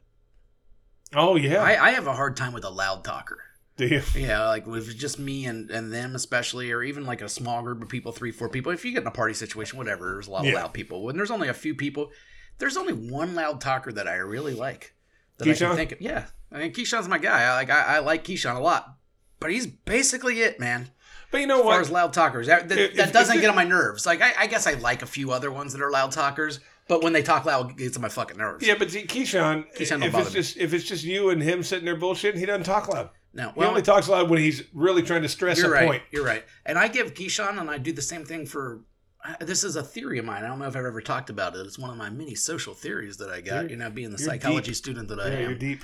Oh yeah,
I, I have a hard time with a loud talker.
do you?
Yeah, like if it's just me and, and them especially, or even like a small group of people, three, four people. If you get in a party situation, whatever, there's a lot
Yeah.
of loud people. When there's only a few people, there's only one loud talker that I really like. That I
Keyshawn?
can think of. Yeah. I mean Keyshawn's my guy. I like I, I like Keyshawn a lot. But he's basically it, man.
But you know
As far
what?
as loud talkers, that, that,
If-
that
if-
doesn't
if
get on my nerves. Like I, I guess I like a few other ones that are loud talkers, but when they talk loud, it gets on my fucking nerves.
Yeah, but see, Keyshawn,
Keyshawn don't
if
bother
it's
me.
just if it's just you and him sitting there bullshitting, he doesn't talk loud.
No,
he
well,
only talks loud when he's really trying to stress a
you're right.
point.
You're right. And I give Keyshawn and I do the same thing for. I- This is a theory of mine. I don't know if I've ever talked about it. It's one of my many social theories that I got.
You're-
you know, being the
you're
psychology
deep.
student that I
Yeah, you're
am,
deep.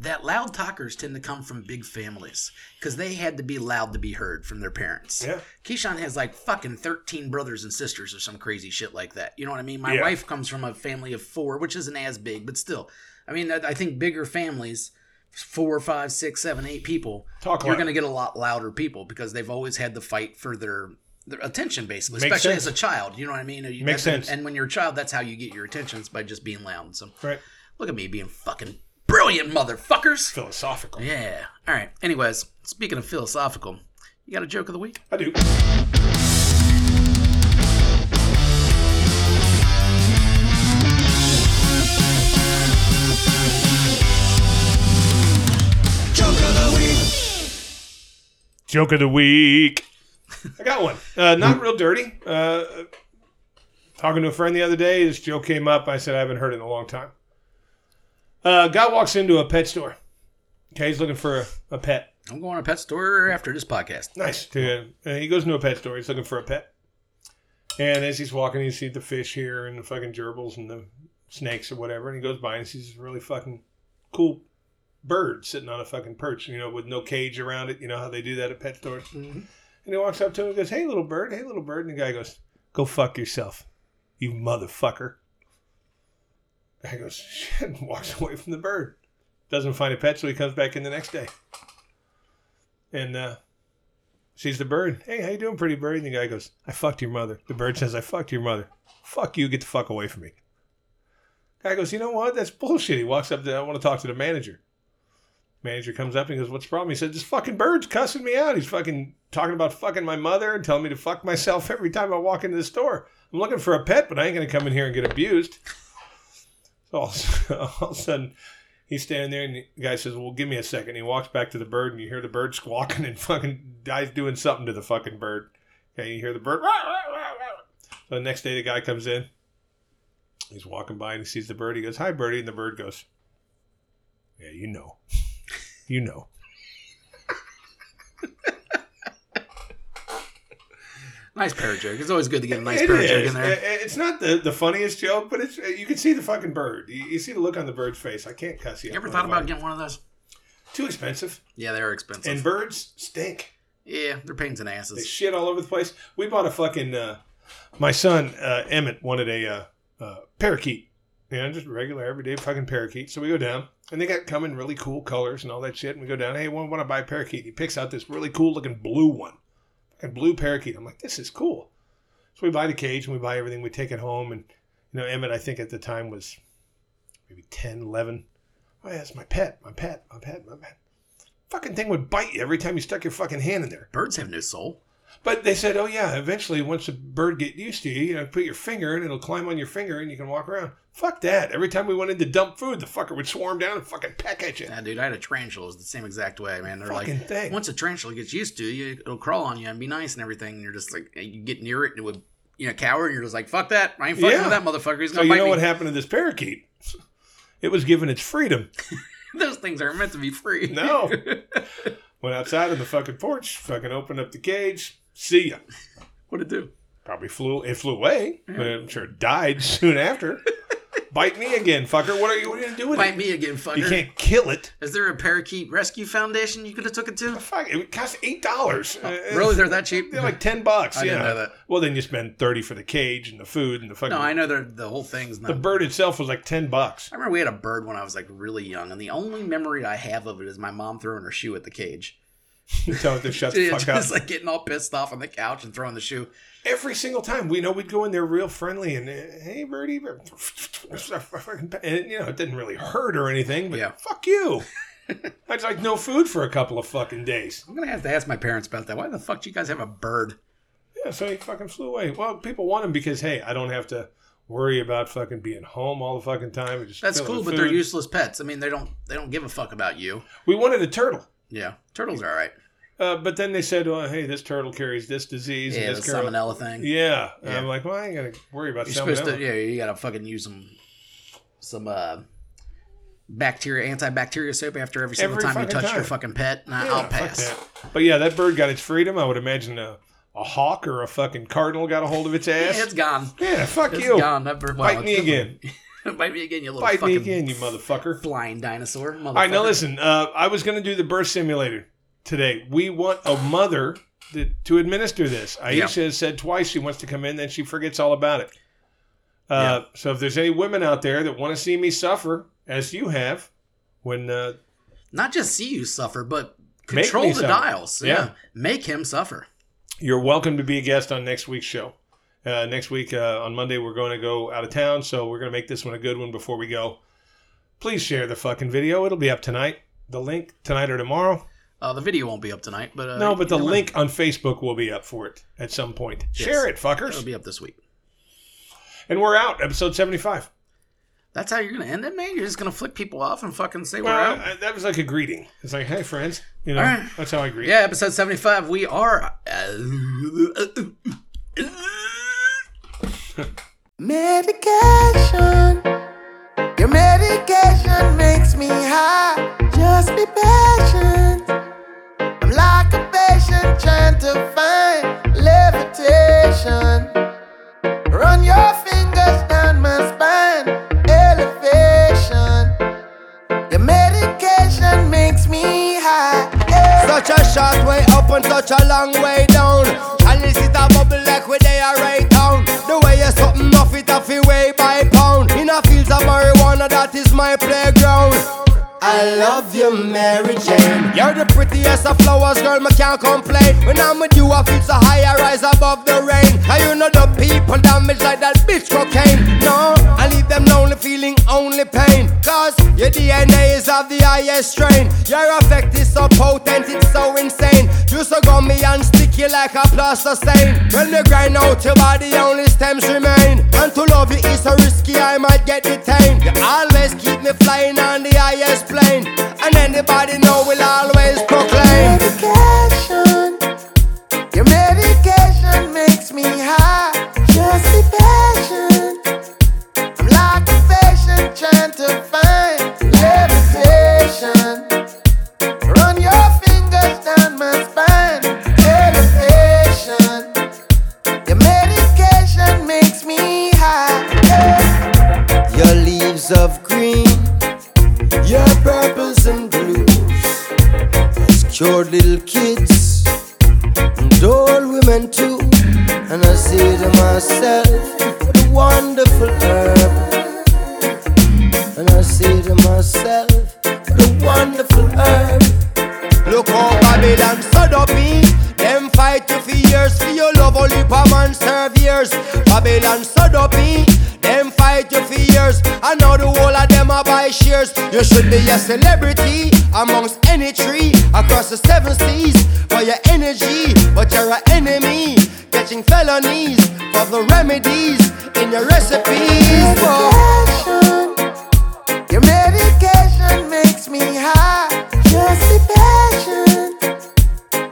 that loud talkers tend to come from big families because they had to be loud to be heard from their parents.
Yeah,
Keyshawn has like fucking 13 brothers and sisters or some crazy shit like that. You know what I mean? My
Yeah.
wife comes from a family of four, which isn't as big, but still. I mean, I I think bigger families, four, five, six, seven, eight people,
talk
you're
loud.
going to get a lot louder people because they've always had to fight for their, their attention, basically,
Makes
especially
sense.
as a child. You know what I mean? You-
Makes
that's-
sense.
And when you're a child, that's how you get your attention is by just being loud. So
Right,
look at me being fucking brilliant, motherfuckers.
philosophical.
Yeah. All right. Anyways, speaking of philosophical, you got a joke of the week?
I do. Joke of the week. I got one. Uh, not real dirty. Uh, talking to a friend the other day, this joke came up. I said I haven't heard it in a long time. Uh, guy walks into a pet store. Okay, he's looking for a, a pet.
I'm going to a pet store after this podcast.
Nice. To, uh, he goes into a pet store. He's looking for a pet. And as he's walking, he sees the fish here and the fucking gerbils and the snakes or whatever. And he goes by and sees this really fucking cool bird sitting on a fucking perch, you know, with no cage around it. You know how they do that at pet stores? And he walks up to him and goes, Hey, little bird. Hey, little bird. And the guy goes, Go fuck yourself, you motherfucker. The guy goes, Shit, and walks away from the bird. Doesn't find a pet, so he comes back in the next day. And, uh, She's the bird. Hey, how you doing, pretty bird? And the guy goes, I fucked your mother. The bird says, I fucked your mother. Fuck you, get the fuck away from me. Guy goes, you know what? That's bullshit. He walks up to, I want to talk to the manager. Manager comes up and he goes, what's the problem? He said, this fucking bird's cussing me out. He's fucking talking about fucking my mother and telling me to fuck myself every time I walk into the store. I'm looking for a pet, but I ain't going to come in here and get abused. So all, all of a sudden, he's standing there, and the guy says, "Well, give me a second. He walks back to the bird, and you hear the bird squawking, and fucking guy's doing something to the fucking bird. Okay, you hear the bird. "Rah, rah, rah, rah." So the next day, the guy comes in. He's walking by, and he sees the bird. He goes, "Hi, birdie," and the bird goes, "Yeah, you know, you know."
Nice parrot joke. It's always good to get a nice
It
parrot joke
is.
in there.
It- It's not the, the funniest joke, but it's you can see the fucking bird. You, you see the look on the bird's face. I can't cuss you.
you
out,
ever thought about
motherfucker.
getting one of those?
too expensive?
Yeah, they are expensive.
And birds stink.
yeah, they're pains in
They
asses.
shit all over the place. We bought a fucking. Uh, my son uh, Emmett wanted a uh, uh, parakeet Yeah, just regular everyday fucking parakeet. So we go down, and they got come in really cool colors and all that shit. And we go down, hey, one want to buy a parakeet? He picks out this really cool looking blue one, fucking blue parakeet. I'm like, this is cool. So we buy the cage and we buy everything. We take it home, and you know, Emmett, I think at the time was maybe 10, 11. Oh yeah, it's my pet, my pet, my pet, my pet. Fucking thing would bite you every time you stuck your fucking hand in there.
Birds have no soul.
But they said, oh yeah, eventually once a bird get used to you, you know, put your finger and it'll climb on your finger and you can walk around. Fuck that. Every time we went in to dump food, the fucker would swarm down and fucking peck at you.
Yeah, dude, I had a tarantula. It was the same exact way, man. They're
fucking
like,
thing.
once a tarantula gets used to you, it'll crawl on you and be nice and everything. And you're just like, you get near it and it would, you know, cower. And you're just like, fuck that. I ain't fucking
Yeah.
with that motherfucker. He's
so
gonna
you
bite
know
me.
what happened to this parakeet? It was given its freedom.
Those things aren't meant to be free.
No. Went outside on the fucking porch, fucking opened up the cage. See ya.
What'd it do?
Probably flew. It flew away, but
Mm.
I'm sure it died soon after. Bite me again, fucker. What are you? What are you gonna do with
Bite
it?
me again, fucker.
You can't kill it.
Is there a parakeet rescue foundation you could have took it to?
Fuck! It cost eight dollars.
Really, they're that cheap?
They're like ten bucks.
I
yeah.
didn't know that.
Well, then you spend thirty for the cage and the food and the fucking.
No, I know they're the whole thing's not.
the bird itself was like ten bucks.
I remember we had a bird when I was like really young, and the only memory I have of it is my mom throwing her shoe at the cage.
Tell it to shut the
Yeah,
fuck up.
just like getting all pissed off on the couch and throwing the shoe.
Every single time, we know we'd go in there real friendly and eh, hey, birdie, bird. and you know it didn't really hurt or anything, but
Yeah.
fuck you. I was like no food for a couple of fucking days.
I'm gonna have to ask my parents about that. Why the fuck do you guys have a bird?
Yeah, so he fucking flew away. Well, people want him because hey, I don't have to worry about fucking being home all the fucking time. and Just
That's
filling
cool,
the
but they're
food.
useless pets. I mean, they don't they don't give a fuck about you.
We wanted a turtle,
Yeah, turtles are all right.
uh, but then they said, "Well, hey, this turtle carries this disease."
Yeah,
and
the
this carries-
salmonella thing.
Yeah. And
Yeah.
I'm like, well, I ain't gonna worry about
You're
salmonella.
supposed to. Yeah, you gotta fucking use some some uh bacteria antibacterial soap after every single
Every
time you
fucking
touch your
time.
fucking pet. Nah,
Yeah,
I'll
fuck
pass.
that. But yeah, that bird got its freedom. I would imagine a, a hawk or a fucking cardinal got a hold of its
Yeah,
ass. Yeah,
it's gone.
fuck
It's
you.
gone. That bird, well,
Bite me
it's-
again.
Bite me again, you little
Bite me
fucking
again, you motherfucker.
blind dinosaur. Motherfucker.
All right, now listen. Uh, I was going to do the birth simulator today. We want a mother that, to administer this. Aisha
Yeah.
has said twice she wants to come in, then she forgets all about it. Uh, So if there's any women out there that want to see me suffer, as you have, when uh,
Not just see you suffer, but
Make
control
me
the
suffer.
dials. Yeah.
Yeah.
Make him suffer.
you're welcome to be a guest on next week's show. Uh, next week uh, on Monday, we're going to go out of town, so we're going to make this one a good one before we go. Please share the fucking video. It'll be up tonight. The link tonight or tomorrow.
Uh, the video won't be up tonight, but uh,
no, but the
you know,
link on Facebook will be up for it at some point.
Yes.
Share it, fuckers.
it'll be up this week.
and we're out. Episode 75.
That's how you're gonna end it, man. You're just gonna flick people off and fucking say we're
Well,
out.
I- that was like a greeting. It's like, hey, friends. You know,
All right.
that's how I greet.
Yeah, episode 75. We are. uh,
Medication. Your medication makes me high. Just be patient. I'm like a patient trying to find levitation. Run your fingers down my spine. Elevation. Your medication makes me high.
Such a short way up and such a long way down. Chalice it a bubble like we they are right down. The way you something off it off it way by pound. In a fields of marijuana, that is my playground.
I love you, Mary Jane.
You're the prettiest of flowers, girl, me can't complain. When I'm with you, I feel so high, I rise above the rain. And you know the people damage like that bitch cocaine. No, I leave them lonely, feeling only pain. Cause your DNA is of the highest strain. Your effect is so potent, it's so insane. You so gummy and sticky like a plaster stain. When you grind out your body, only stems remain. And to love you is so risky, I might get detained. You always keep me flying on the highest plane. And anybody know will always proclaim.
Medication. Your medication makes me high. Just be patient. I'm like a patient trying to find levitation. Run your fingers down my spine. Elevation. Your medication makes me high. Yeah.
Your leaves of green,
Your purples and blues.
it's cured little kids, and old women too. And I say to myself, what a wonderful herb. I know the whole of them are buy shares. You should be a celebrity amongst any tree across the seven seas for your energy, but you're an enemy. Catching felonies for the remedies in your recipes. Whoa.
Medication. Your medication makes me high. Just be patient.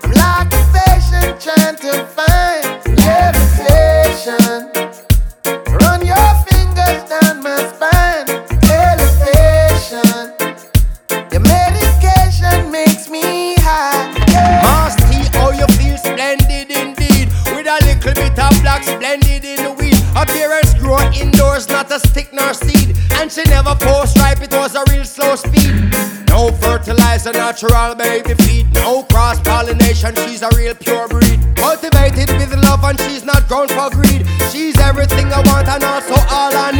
I'm like a patient trying to find levitation. Run your fingers down my spine. Elevation. Your medication makes me high. Yeah.
Musty, oh you feel splendid indeed. With a little bit of black splendid in the weed. Appearance grow indoors, not a stick nor seed. And she never post ripe, it was a real slow speed. No fertilizer, natural baby feed. No cross pollination, she's a real pure breed. Cultivated with love, and she's not grown for greed. She's everything I want and also all I